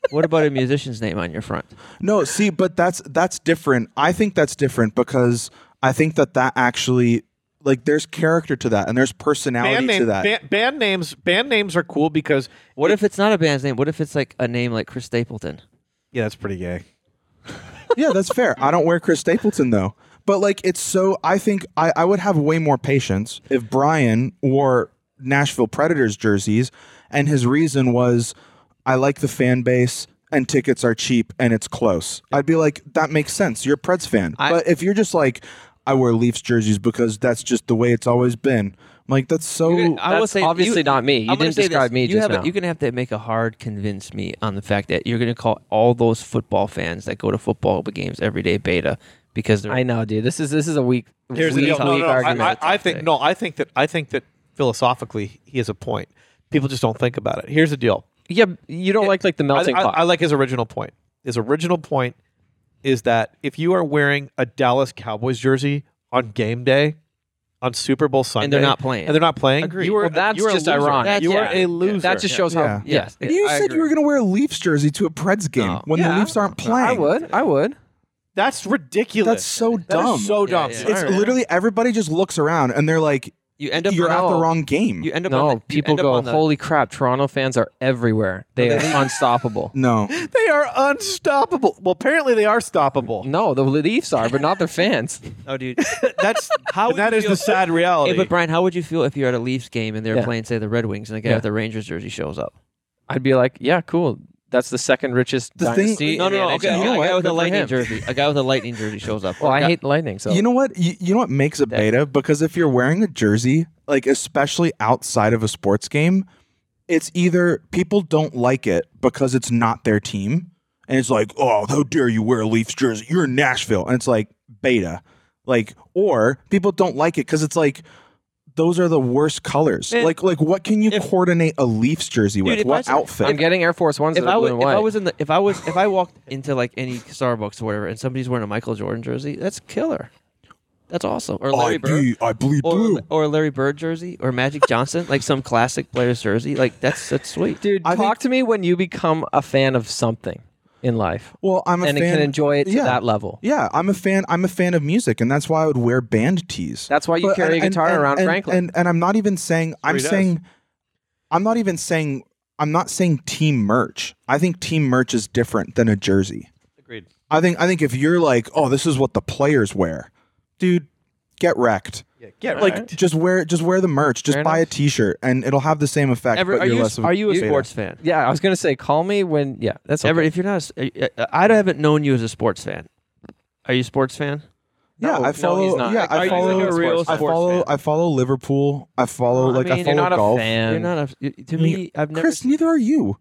Speaker 4: what about a musician's name on your front?
Speaker 2: No, see, but that's that's different. I think that's different because I think that that actually like there's character to that and there's personality
Speaker 1: Band,
Speaker 2: to
Speaker 1: name,
Speaker 2: that.
Speaker 1: band, band names, band names are cool because
Speaker 4: What if it's not a band's name? What if it's like a name like Chris Stapleton?
Speaker 1: yeah, that's pretty gay.
Speaker 2: yeah, that's fair. I don't wear Chris Stapleton though. But like it's so I think I, I would have way more patience if Brian wore Nashville Predators jerseys and his reason was I like the fan base and tickets are cheap and it's close. I'd be like, that makes sense. You're a Preds fan. but if you're just like, I wear Leafs jerseys because that's just the way it's always been. I'm like, that's so
Speaker 4: I will
Speaker 3: That's
Speaker 4: say
Speaker 3: obviously
Speaker 4: you-
Speaker 3: not me. You
Speaker 4: I'm gonna
Speaker 3: didn't
Speaker 4: say this.
Speaker 3: describe me
Speaker 4: You
Speaker 3: just
Speaker 4: have a-
Speaker 3: now.
Speaker 4: You're gonna have to make a hard convince me on the fact that you're gonna call all those football fans that go to football games every day beta because they're.
Speaker 3: I know, dude. This is this is a weak,
Speaker 1: Here's the
Speaker 3: weak,
Speaker 1: deal. No,
Speaker 3: weak
Speaker 1: no, no. I,
Speaker 3: argument.
Speaker 1: I, I think no. I think that I think that philosophically he has a point. People just don't think about it. Here's the deal.
Speaker 3: yeah, you don't like like the
Speaker 1: I,
Speaker 3: melting
Speaker 1: I-
Speaker 3: pot.
Speaker 1: I like his original point. His original point is that if you are wearing a Dallas Cowboys jersey on game day, on Super Bowl Sunday,
Speaker 4: they're not playing.
Speaker 1: and they're not playing,
Speaker 4: Agreed.
Speaker 1: you are
Speaker 3: Well, that's
Speaker 1: you are a
Speaker 3: just
Speaker 1: loser.
Speaker 3: ironic.
Speaker 1: You are
Speaker 4: That's-
Speaker 1: a
Speaker 4: yeah.
Speaker 1: loser.
Speaker 3: that just shows
Speaker 2: Yeah.
Speaker 3: how. Yes,
Speaker 2: you
Speaker 3: I
Speaker 2: said
Speaker 3: agree.
Speaker 2: you were going to wear a Leafs jersey to a Preds game
Speaker 4: No.
Speaker 2: when
Speaker 3: Yeah.
Speaker 2: the Leafs aren't playing.
Speaker 3: I would. I would.
Speaker 1: that's ridiculous.
Speaker 2: That's so
Speaker 1: That is
Speaker 2: dumb.
Speaker 1: so dumb.
Speaker 4: yeah.
Speaker 2: it's
Speaker 4: All right.
Speaker 2: literally everybody just looks around and they're like,
Speaker 4: you end up
Speaker 2: "You're
Speaker 4: on
Speaker 2: at the
Speaker 4: the-
Speaker 2: wrong game."
Speaker 4: You end up on
Speaker 3: No,
Speaker 4: the,
Speaker 3: people
Speaker 4: you end up
Speaker 3: go,
Speaker 4: on the,
Speaker 3: holy crap! Toronto fans are everywhere. They
Speaker 2: [LAUGHS]
Speaker 3: are unstoppable.
Speaker 2: no,
Speaker 1: They are unstoppable. Well, apparently they are
Speaker 3: [LAUGHS]
Speaker 1: stoppable.
Speaker 3: No, the Leafs are, but not their fans. [LAUGHS]
Speaker 4: Oh, dude.
Speaker 1: That's
Speaker 4: How
Speaker 1: and
Speaker 4: would
Speaker 1: that
Speaker 4: you
Speaker 1: is
Speaker 4: feel-
Speaker 1: the sad reality.
Speaker 4: Hey, but Brian, how would you feel if you're at a Leafs game and they're
Speaker 3: Yeah.
Speaker 4: playing, say, the Red Wings, and the guy
Speaker 3: Yeah.
Speaker 4: with the Rangers jersey shows up?
Speaker 3: I'd be like, yeah, cool. That's the second richest
Speaker 2: The thing-
Speaker 3: dynasty. in
Speaker 4: No, no,
Speaker 3: the
Speaker 4: no.
Speaker 3: NHL.
Speaker 4: Okay, a
Speaker 3: You know
Speaker 4: guy
Speaker 3: what?
Speaker 4: with
Speaker 3: Good
Speaker 4: a
Speaker 3: for
Speaker 4: lightning
Speaker 3: him.
Speaker 4: jersey. A guy with a lightning jezy shows up.
Speaker 3: [LAUGHS] Well,
Speaker 4: Or a
Speaker 3: I
Speaker 4: guy-
Speaker 3: hate lightning. So
Speaker 2: you know what? You, you know what makes a beta? Because if you're wearing a jersey, like especially outside of a sports game, it's either people don't like it because it's not their team, and it's like, "Oh, how dare you wear a Leafs jersey? You're in Nashville," and it's like beta, like, or people don't like it because it's like. Those are the worst colors.
Speaker 4: Man,
Speaker 2: like, like, what can you
Speaker 4: Eh, if-
Speaker 2: coordinate a Leafs jersey with?
Speaker 4: if I
Speaker 2: what
Speaker 4: said-
Speaker 2: outfit?
Speaker 3: I'm getting Air Force Ones
Speaker 4: If
Speaker 3: that
Speaker 4: I,
Speaker 3: are
Speaker 4: was,
Speaker 3: blue
Speaker 4: if
Speaker 3: and white.
Speaker 4: I was in the, if I was, if I walked into like any Starbucks or whatever, and somebody's wearing a Michael Jordan jersey, that's killer. That's awesome. Or Larry
Speaker 2: Oh, I
Speaker 4: Bird,
Speaker 2: bleed, I bleed blue.
Speaker 4: or, or a Larry Bird jersey, or Magic Johnson, like some classic player's jersey. Like that's that's sweet.
Speaker 3: Dude,
Speaker 2: I
Speaker 3: talk
Speaker 2: think-
Speaker 3: to me when you become a fan of something in life
Speaker 2: Well, I'm a
Speaker 3: and
Speaker 2: fan.
Speaker 3: can enjoy it to
Speaker 2: yeah.
Speaker 3: that level.
Speaker 2: Yeah, I'm a fan. I'm a fan of music, and that's why I would wear band tees.
Speaker 3: That's why you
Speaker 2: But-
Speaker 3: carry
Speaker 2: and-
Speaker 3: a guitar
Speaker 2: and-
Speaker 3: around
Speaker 2: and,
Speaker 3: Franklin.
Speaker 2: And, and I'm not even saying. I'm
Speaker 1: he does.
Speaker 2: saying. I'm not even saying. I'm not saying team merch. I think team merch is different than a jersey.
Speaker 1: Agreed.
Speaker 2: I think. I think if you're like, oh, this is what the players wear, dude, get wrecked.
Speaker 1: Yeah, get
Speaker 2: Like,
Speaker 1: right.
Speaker 2: just wear. Just wear the merch. Just
Speaker 3: Fair
Speaker 2: buy
Speaker 3: enough.
Speaker 2: a T-shirt, and it'll have the same effect.
Speaker 4: Everett,
Speaker 2: but
Speaker 4: are
Speaker 2: you're
Speaker 4: you
Speaker 2: less of
Speaker 4: are you a
Speaker 2: beta.
Speaker 4: sports fan?
Speaker 3: yeah, I was gonna say, call me when. Yeah, that's okay.
Speaker 4: Everett, if you're not, a s- uh, uh, I haven't known you as a sports fan. Are you a sports fan?
Speaker 2: Yeah,
Speaker 3: No,
Speaker 2: I
Speaker 3: no,
Speaker 2: follow.
Speaker 3: he's not.
Speaker 2: Yeah,
Speaker 3: Like,
Speaker 2: I
Speaker 4: are you like
Speaker 2: follow.
Speaker 4: a real
Speaker 2: I
Speaker 4: sports
Speaker 2: follow.
Speaker 4: fan?
Speaker 2: I follow Liverpool. I follow.
Speaker 4: Well, I
Speaker 2: like
Speaker 4: mean,
Speaker 2: I
Speaker 4: you're
Speaker 2: follow
Speaker 3: you're not
Speaker 2: golf.
Speaker 3: a fan.
Speaker 4: You're not a. y- To
Speaker 2: I mean,
Speaker 4: me, I've never.
Speaker 2: Chris, neither are you.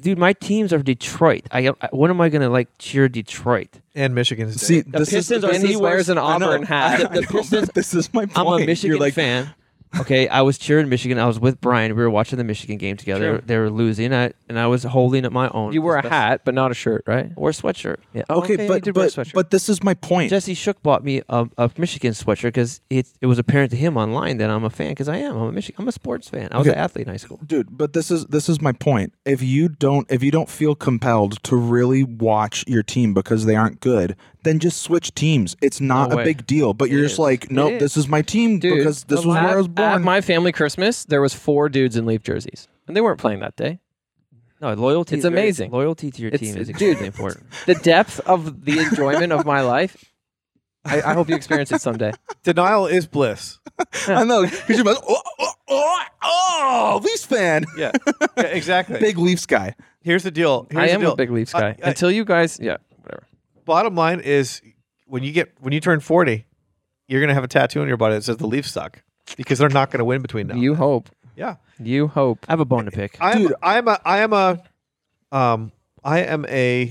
Speaker 4: dude, my teams are Detroit. I, I when am I gonna like cheer Detroit?
Speaker 1: and Michigan's
Speaker 2: See,
Speaker 1: dead.
Speaker 2: this is
Speaker 4: Pistons are
Speaker 3: and he
Speaker 4: the
Speaker 3: wears
Speaker 4: worst-
Speaker 3: an
Speaker 2: I know,
Speaker 3: Auburn
Speaker 2: I
Speaker 3: hat.
Speaker 2: know, but [LAUGHS] this is my point.
Speaker 4: [LAUGHS] I'm a Michigan
Speaker 2: you're like,
Speaker 4: fan. Okay, I was cheering Michigan. I was with Brian. We were watching the Michigan game together.
Speaker 3: Sure.
Speaker 4: They were losing, I, and I was holding up my own.
Speaker 3: You wear a
Speaker 4: Best-
Speaker 3: hat, but not a shirt, right?
Speaker 4: I wore a sweatshirt. Yeah.
Speaker 2: Okay,
Speaker 3: you
Speaker 2: but
Speaker 3: did wear a
Speaker 2: but,
Speaker 3: sweatshirt.
Speaker 2: but this is my point.
Speaker 4: Jesse Shook bought me a, a Michigan sweatshirt because it, it was apparent to him online that I'm a fan because I am. I'm a Michigan. I'm a sports fan. I was
Speaker 2: Okay.
Speaker 4: an athlete in high school.
Speaker 2: dude but this is this is my point if you don't if you don't feel compelled to really watch your team because they aren't good then just switch teams it's not
Speaker 4: No
Speaker 2: a
Speaker 4: way.
Speaker 2: big deal but you're
Speaker 4: It
Speaker 2: just
Speaker 4: is.
Speaker 2: like nope
Speaker 4: is.
Speaker 2: this is my team
Speaker 3: Dude,
Speaker 2: because this
Speaker 3: the
Speaker 2: was where
Speaker 3: la-
Speaker 2: i was
Speaker 3: At
Speaker 2: born
Speaker 3: my family Christmas, there was four dudes in Leaf jerseys, and they weren't playing that day.
Speaker 4: No, loyalty.
Speaker 3: It's
Speaker 4: is very-
Speaker 3: amazing.
Speaker 4: Loyalty to your
Speaker 3: It's-
Speaker 4: team is
Speaker 3: dude. [LAUGHS]
Speaker 4: extremely important.
Speaker 3: The depth of the enjoyment of my life. I, I hope you experience it someday.
Speaker 1: Denial is bliss.
Speaker 2: [LAUGHS] i
Speaker 4: [LAUGHS]
Speaker 2: know 'cause you're about oh, oh, oh, oh, leafs fan
Speaker 1: Yeah, [LAUGHS] Yeah, exactly.
Speaker 2: big leafs guy
Speaker 1: Here's the deal. [LAUGHS] Here's
Speaker 3: I
Speaker 1: the
Speaker 3: am
Speaker 1: deal.
Speaker 3: a big Leafs
Speaker 1: I-
Speaker 3: guy.
Speaker 1: I-
Speaker 3: Until you guys, yeah, whatever.
Speaker 1: Bottom line is, when you get when you turn forty, you're gonna have a tattoo on your body that says the Leafs suck because they're not gonna win between now.
Speaker 3: You hope.
Speaker 1: yeah.
Speaker 3: You hope.
Speaker 4: I have a bone to pick.
Speaker 1: I'm
Speaker 2: Dude.
Speaker 1: I'm a I am a um I am a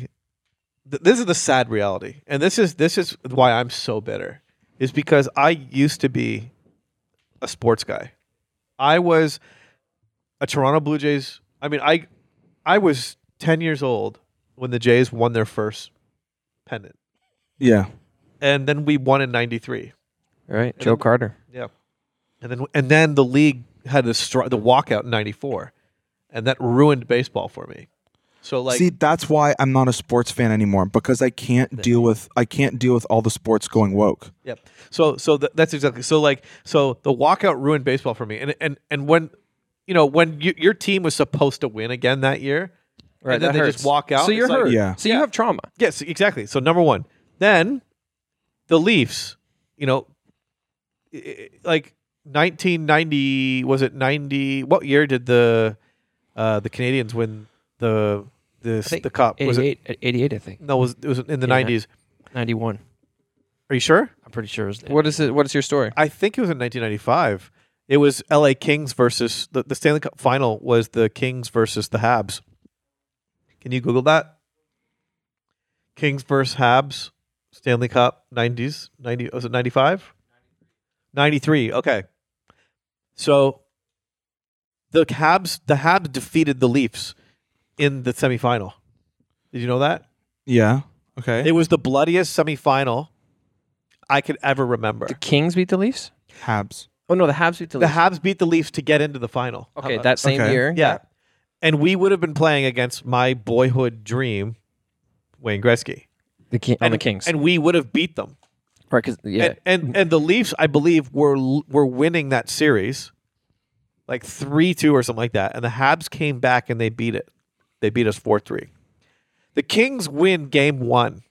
Speaker 1: th- this is the sad reality. And this is this is why I'm so bitter. Is because I used to be a sports guy. I was a Toronto Blue Jays I mean I I was 10 years old when the Jays won their first pennant.
Speaker 2: yeah
Speaker 1: And then we won in 93.
Speaker 3: Right, Joe Carter.
Speaker 1: Yeah. And then and then the league had the stri- the walkout in 94 and that ruined baseball for me. So like
Speaker 2: see that's why i'm not a sports fan anymore because i can't deal with i can't deal with all the sports going woke
Speaker 1: Yep. So so th- that's exactly so like so the walkout ruined baseball for me and and and when you know when you, your team was supposed to win again that year
Speaker 3: Right,
Speaker 1: and then
Speaker 3: that
Speaker 1: they
Speaker 3: hurts.
Speaker 1: just walk out
Speaker 3: So
Speaker 1: it's
Speaker 3: you're
Speaker 1: like-
Speaker 3: hurt.
Speaker 2: Yeah.
Speaker 3: So you have trauma.
Speaker 1: yes exactly so number one then the Leafs you know i- i- like 1990 was it 90 what year did the uh the Canadians win the
Speaker 4: I
Speaker 1: the
Speaker 4: think
Speaker 1: the cup was it
Speaker 4: 88, 88, I think.
Speaker 1: no was it was in the
Speaker 4: Yeah.
Speaker 1: 90s
Speaker 4: 91.
Speaker 1: are you sure
Speaker 4: I'm pretty sure. It was
Speaker 3: What is it? What is your story?
Speaker 1: I think it was in 1995. It was L.A. Kings versus the, the Stanley Cup final was the Kings versus the Habs. Can you Google that? Kings versus Habs Stanley Cup 90s 90 was it 95? 93. Okay. So the Habs the Habs defeated the Leafs in the semifinal. Did you know that?
Speaker 2: yeah okay
Speaker 1: It was the bloodiest semifinal I could ever remember.
Speaker 3: The Kings beat the Leafs.
Speaker 2: habs
Speaker 3: Oh no, the Habs beat the,
Speaker 1: The
Speaker 3: Leafs.
Speaker 1: Habs beat the Leafs to get into the final.
Speaker 3: okay, that same
Speaker 2: Okay.
Speaker 3: year.
Speaker 1: Yeah. And we would have been playing against my boyhood dream, Wayne Gretzky.
Speaker 3: the, Ki- on
Speaker 1: And
Speaker 3: the Kings.
Speaker 1: And we would have beat them.
Speaker 3: right, because yeah,
Speaker 1: And, and and the Leafs, I believe, were l- were winning that series, like three two or something like that. And the Habs came back and they beat it. They beat us four three. The Kings win game one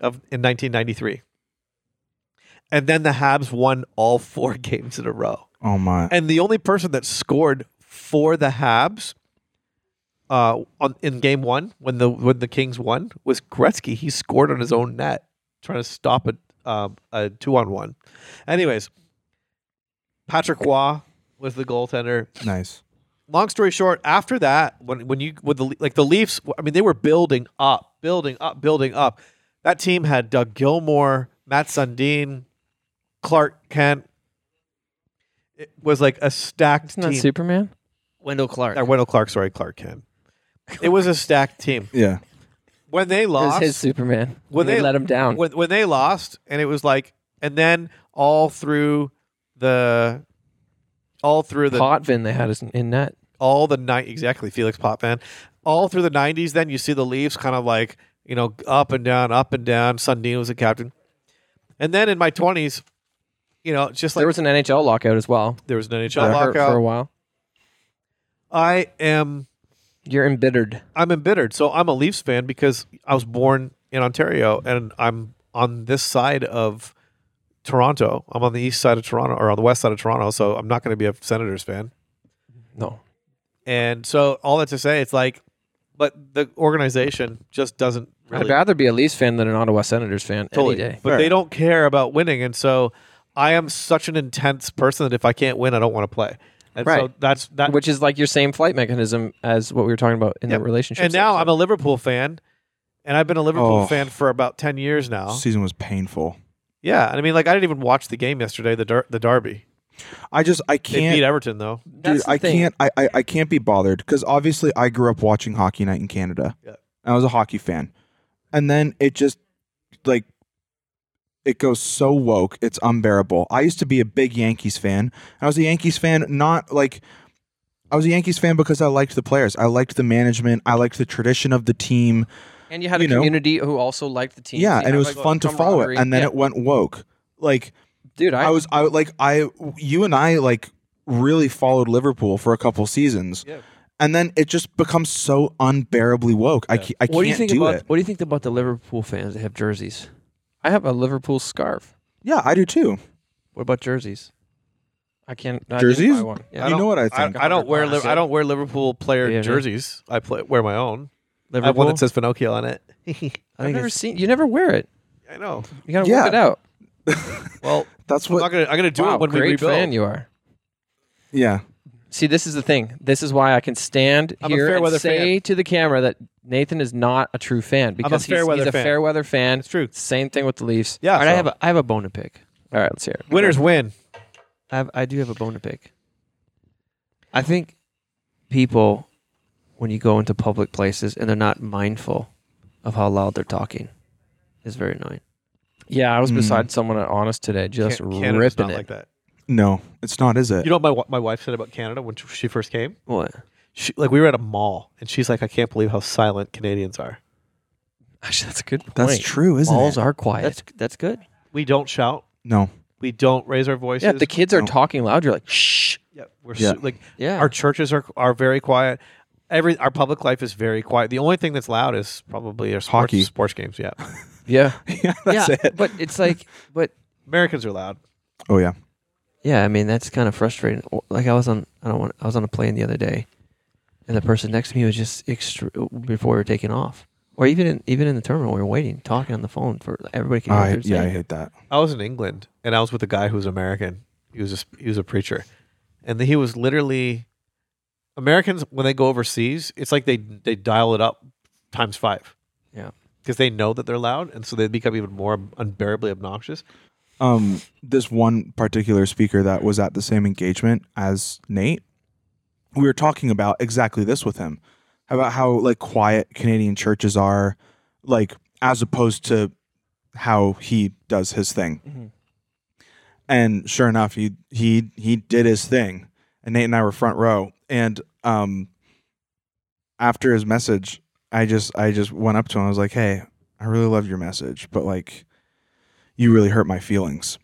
Speaker 1: of in 1993, and then the Habs won all four [LAUGHS] games in a row.
Speaker 2: oh my
Speaker 1: And the only person that scored for the Habs uh, on in game one when the when the Kings won was Gretzky. He scored on his own net, trying to stop a um, a two on one. Anyways, Patrick Waugh was the goaltender
Speaker 2: nice
Speaker 1: long story short, after that, when when you with the like the Leafs, I mean, they were building up, building up, building up. That team had Doug Gilmore, Matt Sundin, Clark Kent. It was like a stacked
Speaker 3: isn't that
Speaker 1: team.
Speaker 3: Superman?
Speaker 4: Wendell Clark.
Speaker 1: Or Wendell Clark, sorry, Clark Kent. It was a stacked team.
Speaker 2: yeah
Speaker 1: When they
Speaker 3: [LAUGHS] It was
Speaker 1: lost,
Speaker 3: his Superman.
Speaker 1: When
Speaker 3: they,
Speaker 1: they-
Speaker 3: let him down.
Speaker 1: when when they lost, and it was like, and then all through the, all through the
Speaker 3: Potvin they had us in- in net.
Speaker 1: all the night exactly Felix Potvin, all through the '90s. Then you see the Leafs kind of like you know up and down, up and down. Sundin was the captain, and then in my 20s, you know, it's just like
Speaker 3: there was an NHL lockout as well.
Speaker 1: there was an NHL
Speaker 3: That hurt for a
Speaker 1: lockout.
Speaker 3: while.
Speaker 1: I am
Speaker 3: You're embittered.
Speaker 1: I'm embittered. So I'm a Leafs fan because I was born in Ontario and I'm on this side of Toronto. I'm on the east side of Toronto or on the west side of Toronto. So I'm not going to be a Senators fan.
Speaker 3: No,
Speaker 1: And so all that to say, it's like, but the organization just doesn't. Really
Speaker 3: I'd rather be a Leafs fan than an Ottawa Senators fan
Speaker 1: totally.
Speaker 3: any day.
Speaker 1: But
Speaker 2: Fair.
Speaker 1: they don't care about winning, and so I am such an intense person that if I can't win, I don't want to play. And so
Speaker 3: Right.
Speaker 1: that's that.
Speaker 3: Which is like your same flight mechanism as what we were talking about in
Speaker 1: Yep.
Speaker 3: the relationship.
Speaker 1: and now I'm a Liverpool fan, and I've been a Liverpool
Speaker 2: Oh.
Speaker 1: fan for about ten years now.
Speaker 2: season was painful
Speaker 1: Yeah, and I mean, like I didn't even watch the game yesterday, the der- the derby.
Speaker 2: I just I
Speaker 1: They beat
Speaker 2: can't.
Speaker 1: Everton though.
Speaker 2: Dude,
Speaker 3: That's the
Speaker 2: I
Speaker 3: thing.
Speaker 2: can't. I, I I can't be bothered because obviously I grew up watching Hockey Night in Canada.
Speaker 1: Yeah.
Speaker 2: I was a hockey fan, and then it just like it goes so woke. It's unbearable. I used to be a big Yankees fan. I was a Yankees fan, not like I was a Yankees fan because I liked the players. I liked the management. I liked the tradition of the team.
Speaker 3: And you had a
Speaker 2: you know.
Speaker 3: community who also liked the team.
Speaker 2: yeah,
Speaker 3: You
Speaker 2: and
Speaker 3: had,
Speaker 2: it was
Speaker 3: like, a
Speaker 2: fun to follow it.
Speaker 3: camaraderie.
Speaker 2: And then
Speaker 3: Yeah.
Speaker 2: it went woke. Like
Speaker 3: dude, I,
Speaker 2: I was I like I you and I like really followed Liverpool for a couple seasons.
Speaker 1: Yeah.
Speaker 2: And then it just becomes so unbearably woke. I,
Speaker 1: Yeah.
Speaker 2: ca- I
Speaker 4: What do you
Speaker 2: can't do,
Speaker 4: think about
Speaker 2: it.
Speaker 4: What do you think about the Liverpool fans that have jerseys?
Speaker 3: I have a Liverpool scarf.
Speaker 2: Yeah, I do too.
Speaker 4: What about jerseys?
Speaker 3: I can't I
Speaker 2: Jerseys?
Speaker 3: Didn't buy one.
Speaker 1: I
Speaker 2: you
Speaker 1: don't-
Speaker 2: know what I
Speaker 1: I,
Speaker 2: think?
Speaker 1: I don't wear
Speaker 3: Hundred
Speaker 1: Liv- I don't wear Liverpool player
Speaker 4: Yeah, yeah.
Speaker 1: jerseys. I play wear my own. I have
Speaker 4: Liverpool.
Speaker 1: one that says Finocchio on it.
Speaker 4: I
Speaker 3: I've
Speaker 4: think
Speaker 3: never
Speaker 4: it's,
Speaker 3: seen you never wear it.
Speaker 1: I know.
Speaker 3: You gotta
Speaker 2: Yeah.
Speaker 3: work it out.
Speaker 1: Well,
Speaker 2: That's
Speaker 1: I'm
Speaker 2: what.
Speaker 1: not gonna I'm gonna do
Speaker 3: wow,
Speaker 1: it when we
Speaker 3: great
Speaker 1: rebuild.
Speaker 3: fan you are.
Speaker 2: yeah,
Speaker 3: See, this is the thing. This is why I can stand
Speaker 1: I'm a
Speaker 3: here
Speaker 1: fair
Speaker 3: and
Speaker 1: weather
Speaker 3: say to the camera that Nathan is not a true fan because
Speaker 1: fair
Speaker 3: he's, he's
Speaker 1: weather
Speaker 3: a
Speaker 1: fan.
Speaker 3: fair weather fan.
Speaker 1: It's true.
Speaker 3: Same thing with the Leafs.
Speaker 1: Yeah.
Speaker 4: all right, I
Speaker 1: so-
Speaker 4: have a I have a bone to pick.
Speaker 3: All right, let's hear it.
Speaker 1: winners win.
Speaker 4: I have, I do have a bone to pick. I think people, when you go into public places and they're not mindful of how loud they're talking, is very annoying.
Speaker 3: Yeah, I was
Speaker 1: Hmm.
Speaker 2: Mm.
Speaker 3: beside someone at Honest today, just
Speaker 1: Can- Canada's
Speaker 3: ripping
Speaker 1: not
Speaker 3: it.
Speaker 1: like that.
Speaker 2: no, it's not, is it?
Speaker 1: You know what my wa- my wife said about Canada when she first came?
Speaker 4: What?
Speaker 1: She, like we were at a mall and she's like, I can't believe how silent Canadians are.
Speaker 3: Actually, that's a good point.
Speaker 2: That's true, isn't
Speaker 3: Malls
Speaker 2: it?
Speaker 3: are quiet.
Speaker 4: That's that's good.
Speaker 1: We don't shout.
Speaker 2: no, [LAUGHS]
Speaker 1: We don't raise our voices.
Speaker 3: yeah, if the kids are
Speaker 2: No.
Speaker 3: talking loud. You're like, shh.
Speaker 1: Yeah, we're
Speaker 2: Yeah.
Speaker 1: su- like
Speaker 4: Yeah.
Speaker 1: our churches are are very quiet. Every our public life is very quiet. The only thing that's loud is probably our sports,
Speaker 2: Hockey.
Speaker 1: sports games. Yeah,
Speaker 3: Yeah,
Speaker 2: yeah, that's
Speaker 4: yeah,
Speaker 2: it.
Speaker 4: but it's like, but
Speaker 1: Americans are loud.
Speaker 2: Oh yeah,
Speaker 4: yeah, I mean that's kind of frustrating. Or- Like I was on, I don't want, I was on a plane the other day, and the person next to me was just extr before we were taking off, or even in, even in the terminal we were waiting, talking on the phone for everybody could hear what
Speaker 2: I,
Speaker 4: they were
Speaker 2: yeah, I
Speaker 4: Oh, saying.
Speaker 2: hate that.
Speaker 1: I was in England and I was with a guy who was American. He was a, s- he was a preacher, and he was literally Americans when they go overseas. It's like they they dial it up times five.
Speaker 4: Yeah.
Speaker 1: because they know that they're loud, and so they become even more unbearably obnoxious.
Speaker 2: Um, this one particular speaker that was at the same engagement as Nate, we were talking about exactly this with him, about how like quiet Canadian churches are, like as opposed to how he does his thing. And sure enough, he he he did his thing, and Nate and I were front row. And um, after his message, I just I just went up to him. I was like, "Hey, I really love your message, but like, you really hurt my feelings."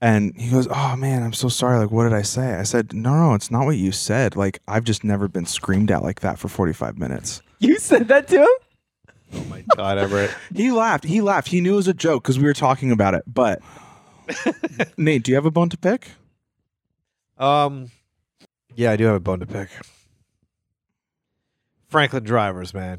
Speaker 2: And he goes, "Oh man, I'm so sorry. Like, what did I say?" I said, "No, no, it's not what you said. Like, I've just never been screamed at like that for 45 minutes."
Speaker 3: you said that to him.
Speaker 1: Oh my god, Everett!
Speaker 2: He laughed. He laughed. He knew it was a joke because we were talking about it. But Nate, do you have a bone to pick?
Speaker 1: Um, yeah, I do have a bone to pick. Franklin drivers, man.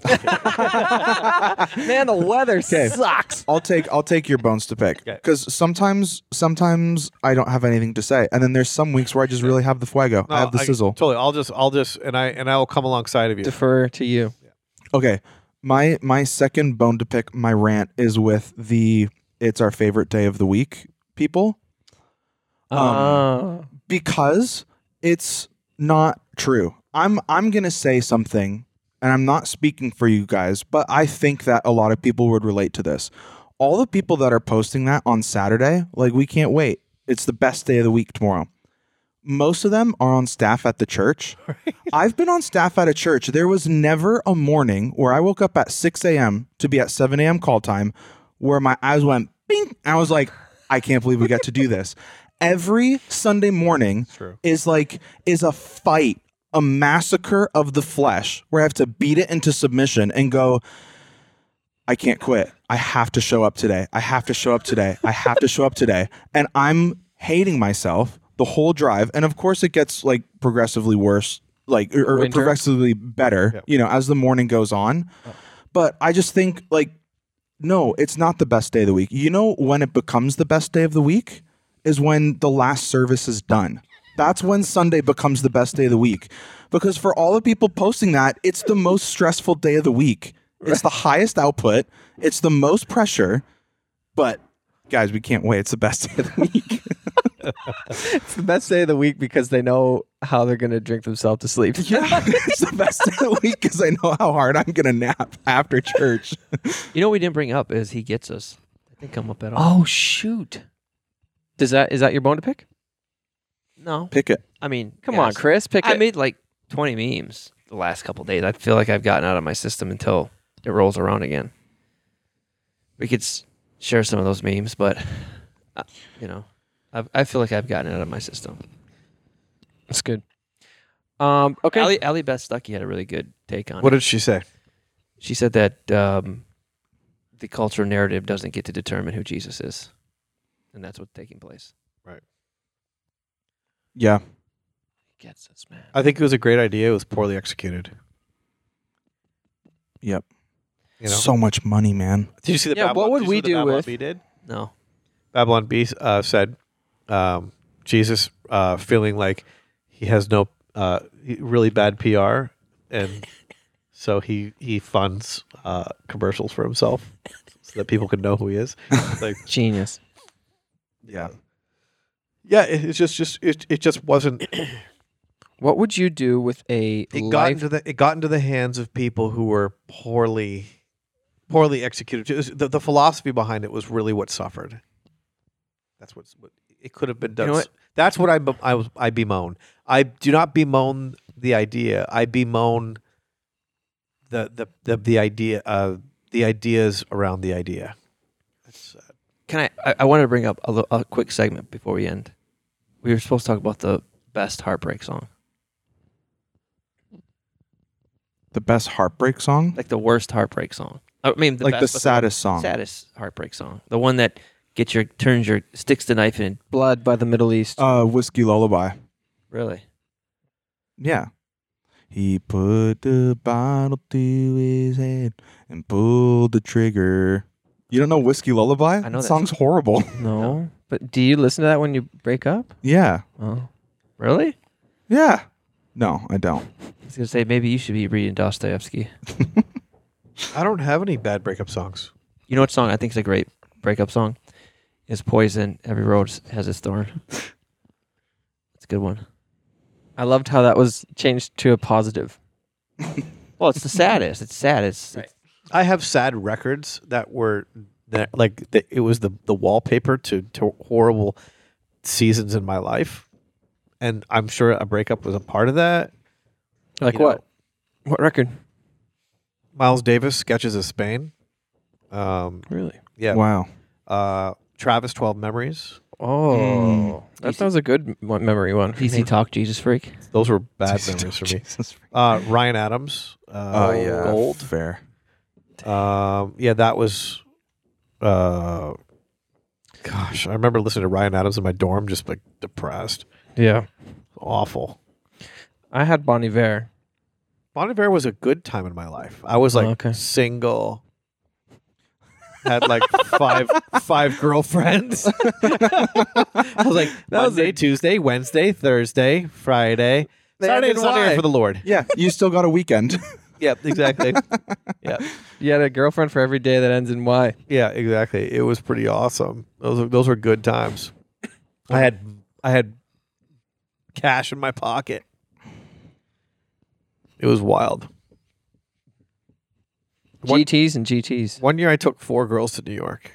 Speaker 3: Man, the weather sucks.
Speaker 2: I'll take I'll take your bones to pick
Speaker 1: Okay.
Speaker 2: because sometimes sometimes I don't have anything to say, and then there's some weeks where I just really have the fuego. I have the sizzle.
Speaker 1: Totally. I'll just, I'll just, and I, and I will come alongside of you.
Speaker 3: [LAUGHS] Defer to you.
Speaker 2: okay, my my second bone to pick, my rant is with the it's our favorite day of the week people Um,
Speaker 3: Ah.
Speaker 2: because it's not true. I'm I'm gonna say something, and I'm not speaking for you guys, but I think that a lot of people would relate to this. All the people that are posting that on Saturday, like we can't wait. It's the best day of the week tomorrow. Most of them are on staff at the church. I've been on staff at a church. There was never a morning where I woke up at 6 a.m. to be at 7 a.m. call time where my eyes went bing. I was like, I can't believe we got to do this. Every Sunday morning
Speaker 1: true.
Speaker 2: is like is a fight, a massacre of the flesh where I have to beat it into submission and go, I can't quit. I have to show up today. I have to show up today. I have to show up today. And I'm hating myself the whole drive. And of course, it gets like progressively worse, like or, or
Speaker 3: Winter?
Speaker 2: progressively better,
Speaker 1: Yep.
Speaker 2: you know, as the morning goes on. But I just think like, no, it's not the best day of the week. You know when it becomes the best day of the week is when the last service is done. That's when Sunday becomes the best day of the week. Because for all the people posting that, it's the most stressful day of the week. It's the highest output. [LAUGHS] It's the most pressure. But guys, we can't wait. It's the best day of the week.
Speaker 3: It's the best day of the week because they know how they're gonna drink themselves to sleep.
Speaker 2: [LAUGHS] it's the best of the week because I know how hard I'm gonna nap after church.
Speaker 4: You know, what we didn't bring up is he gets us. I didn't come up at all.
Speaker 3: oh shoot! Does that is that your bone to pick?
Speaker 4: No,
Speaker 2: Pick it.
Speaker 4: I mean,
Speaker 3: Come on,
Speaker 4: yes.
Speaker 3: Chris, pick
Speaker 4: I
Speaker 3: it.
Speaker 4: made like 20 memes the last couple days. I feel like I've gotten out of my system until it rolls around again. We could s- share some of those memes, but uh, you know, I've, I feel like I've gotten it out of my system.
Speaker 3: That's good. Um, okay.
Speaker 4: Ali, Ali Beth Stuckey had a really good take on
Speaker 1: What
Speaker 4: it.
Speaker 1: did she say?
Speaker 4: She said that um, the culture narrative doesn't get to determine who Jesus is, and that's what's taking place.
Speaker 2: Yeah.
Speaker 4: Gets us, man.
Speaker 1: I think it was a great idea. It was poorly executed.
Speaker 2: Yep.
Speaker 1: You know?
Speaker 2: So much money, man.
Speaker 1: did you see the
Speaker 3: Yeah,
Speaker 1: Babylon-
Speaker 3: what
Speaker 1: did
Speaker 3: would
Speaker 1: you see
Speaker 3: we
Speaker 1: the
Speaker 3: do
Speaker 1: Babylon
Speaker 3: with-
Speaker 1: Bee did?
Speaker 4: No,
Speaker 1: Babylon B uh, said, um, Jesus uh, feeling like he has no uh, really bad PR, and so he he funds uh, commercials for himself so that people can know who he is. Like,
Speaker 4: genius.
Speaker 2: Yeah.
Speaker 1: yeah, it, it's just just it, [CLEARS THROAT] it just wasn't.
Speaker 3: what would you do with a
Speaker 1: It got
Speaker 3: life?
Speaker 1: into the it got into the hands of people who were poorly poorly executed. It was- The, the philosophy behind it was really what suffered. That's what's what it could have been done.
Speaker 4: know
Speaker 1: s- That's what I be- I was I bemoan. I do not bemoan the idea. I bemoan the the the, the idea uh, the ideas around the idea. That's, uh,
Speaker 4: Can I? I, I wanted to bring up a, li- a quick segment before we end. We were supposed to talk about the best heartbreak song,
Speaker 2: The best heartbreak song?
Speaker 4: like the worst heartbreak song. I mean, the
Speaker 2: like
Speaker 4: best,
Speaker 2: the
Speaker 4: but
Speaker 2: saddest song.
Speaker 4: saddest heartbreak song, the one that gets your turns your sticks the knife in.
Speaker 3: Blood by the Middle East.
Speaker 2: Uh Whiskey Lullaby.
Speaker 4: Really,
Speaker 2: Yeah. He put the bottle to his head and pulled the trigger. You don't know Whiskey Lullaby?
Speaker 4: know that
Speaker 2: song's horrible. [LAUGHS]
Speaker 3: no, but do you listen to that when you break up?
Speaker 2: yeah.
Speaker 3: Oh,
Speaker 4: really.
Speaker 2: Yeah. No, I don't.
Speaker 4: I was gonna say maybe you should be reading Dostoevsky.
Speaker 1: I don't have any bad breakup songs.
Speaker 4: You know what song I think is a great breakup song? Is Poison. Every road has its thorn. [LAUGHS] It's a good one.
Speaker 3: I loved how that was changed to a positive. [LAUGHS]
Speaker 4: Well, it's the saddest. It's sad. It's,
Speaker 3: Right.
Speaker 4: it's
Speaker 1: I have sad records that were that like the, it was the the wallpaper to to horrible seasons in my life, and I'm sure a breakup was a part of that.
Speaker 3: Like
Speaker 1: You
Speaker 3: what?
Speaker 1: know,
Speaker 3: What record?
Speaker 1: Miles Davis sketches of Spain. Um,
Speaker 3: Really?
Speaker 1: yeah.
Speaker 2: Wow.
Speaker 1: Uh, Travis Twelve Memories.
Speaker 3: Oh, that
Speaker 4: Easy.
Speaker 3: sounds a good one, memory one. for
Speaker 4: DC
Speaker 3: me.
Speaker 4: Talk, Jesus Freak.
Speaker 1: Those were bad
Speaker 2: [LAUGHS]
Speaker 1: memories for me.
Speaker 2: Jesus.
Speaker 1: Uh, Ryan Adams.
Speaker 2: Oh,
Speaker 1: Uh,
Speaker 2: yeah.
Speaker 1: Gold.
Speaker 2: Fair.
Speaker 1: Um, yeah, that was. Uh, gosh, I remember listening to Ryan Adams in my dorm, just like depressed,
Speaker 3: Yeah,
Speaker 1: awful.
Speaker 3: I had Bon Iver.
Speaker 1: Bon Iver was a good time in my life. I was like
Speaker 3: Okay.
Speaker 1: single, had like
Speaker 3: [LAUGHS]
Speaker 1: five five girlfriends. [LAUGHS] I was like
Speaker 3: That was
Speaker 1: Monday, Tuesday, Wednesday, Thursday, Friday,
Speaker 3: They
Speaker 1: Saturday,
Speaker 3: ended
Speaker 1: and Sunday
Speaker 3: why?
Speaker 1: are for the Lord.
Speaker 2: Yeah, you still got a weekend.
Speaker 1: Yep, exactly. yeah,
Speaker 3: You had a girlfriend for every day that ends in Y.
Speaker 1: yeah, exactly. It was pretty awesome. Those were- those were good times. I had I had cash in my pocket. It was wild. What-
Speaker 3: GTS
Speaker 1: [LAUGHS]
Speaker 3: and GTS.
Speaker 1: One year I took four girls to New York.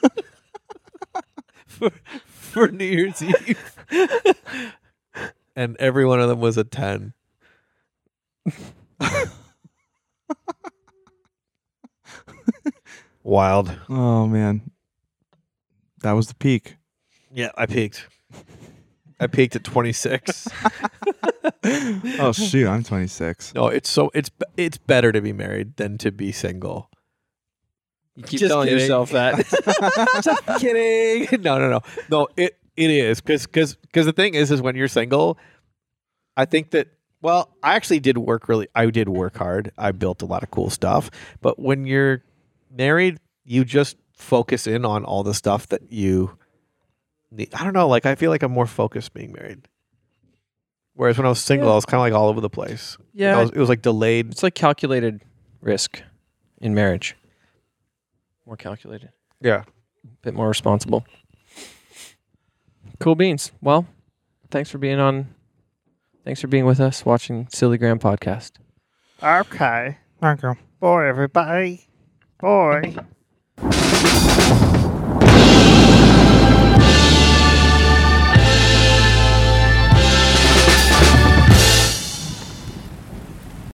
Speaker 1: [LAUGHS] for, for New Year's Eve. and every one of them was a 10. Wild.
Speaker 2: oh man. That was the peak.
Speaker 1: Yeah, I peaked. I peaked at 26.
Speaker 2: Oh shoot, I'm [LAUGHS] 26.
Speaker 1: no, it's so it's it's better to be married than to be single.
Speaker 3: You keep
Speaker 1: Just
Speaker 3: telling
Speaker 1: kidding. [LAUGHS]
Speaker 3: yourself that.
Speaker 1: Just [LAUGHS] kidding. No, no, no, no. It it is because because the thing is is when you're single, I think that well, I actually did work really. I did work hard. I built a lot of cool stuff. But when you're married, you just focus in on all the stuff that you need. I don't know. Like I feel like I'm more focused being married. Whereas when I was single, I was kind of like all over the place.
Speaker 3: Yeah.
Speaker 1: I was- it was like delayed.
Speaker 3: It's like calculated risk in marriage. More calculated.
Speaker 1: Yeah,
Speaker 3: bit more responsible. Cool beans. Well, thanks for being on. Thanks for being with us watching Silly Graham podcast.
Speaker 5: Okay. Boy, everybody. Boy.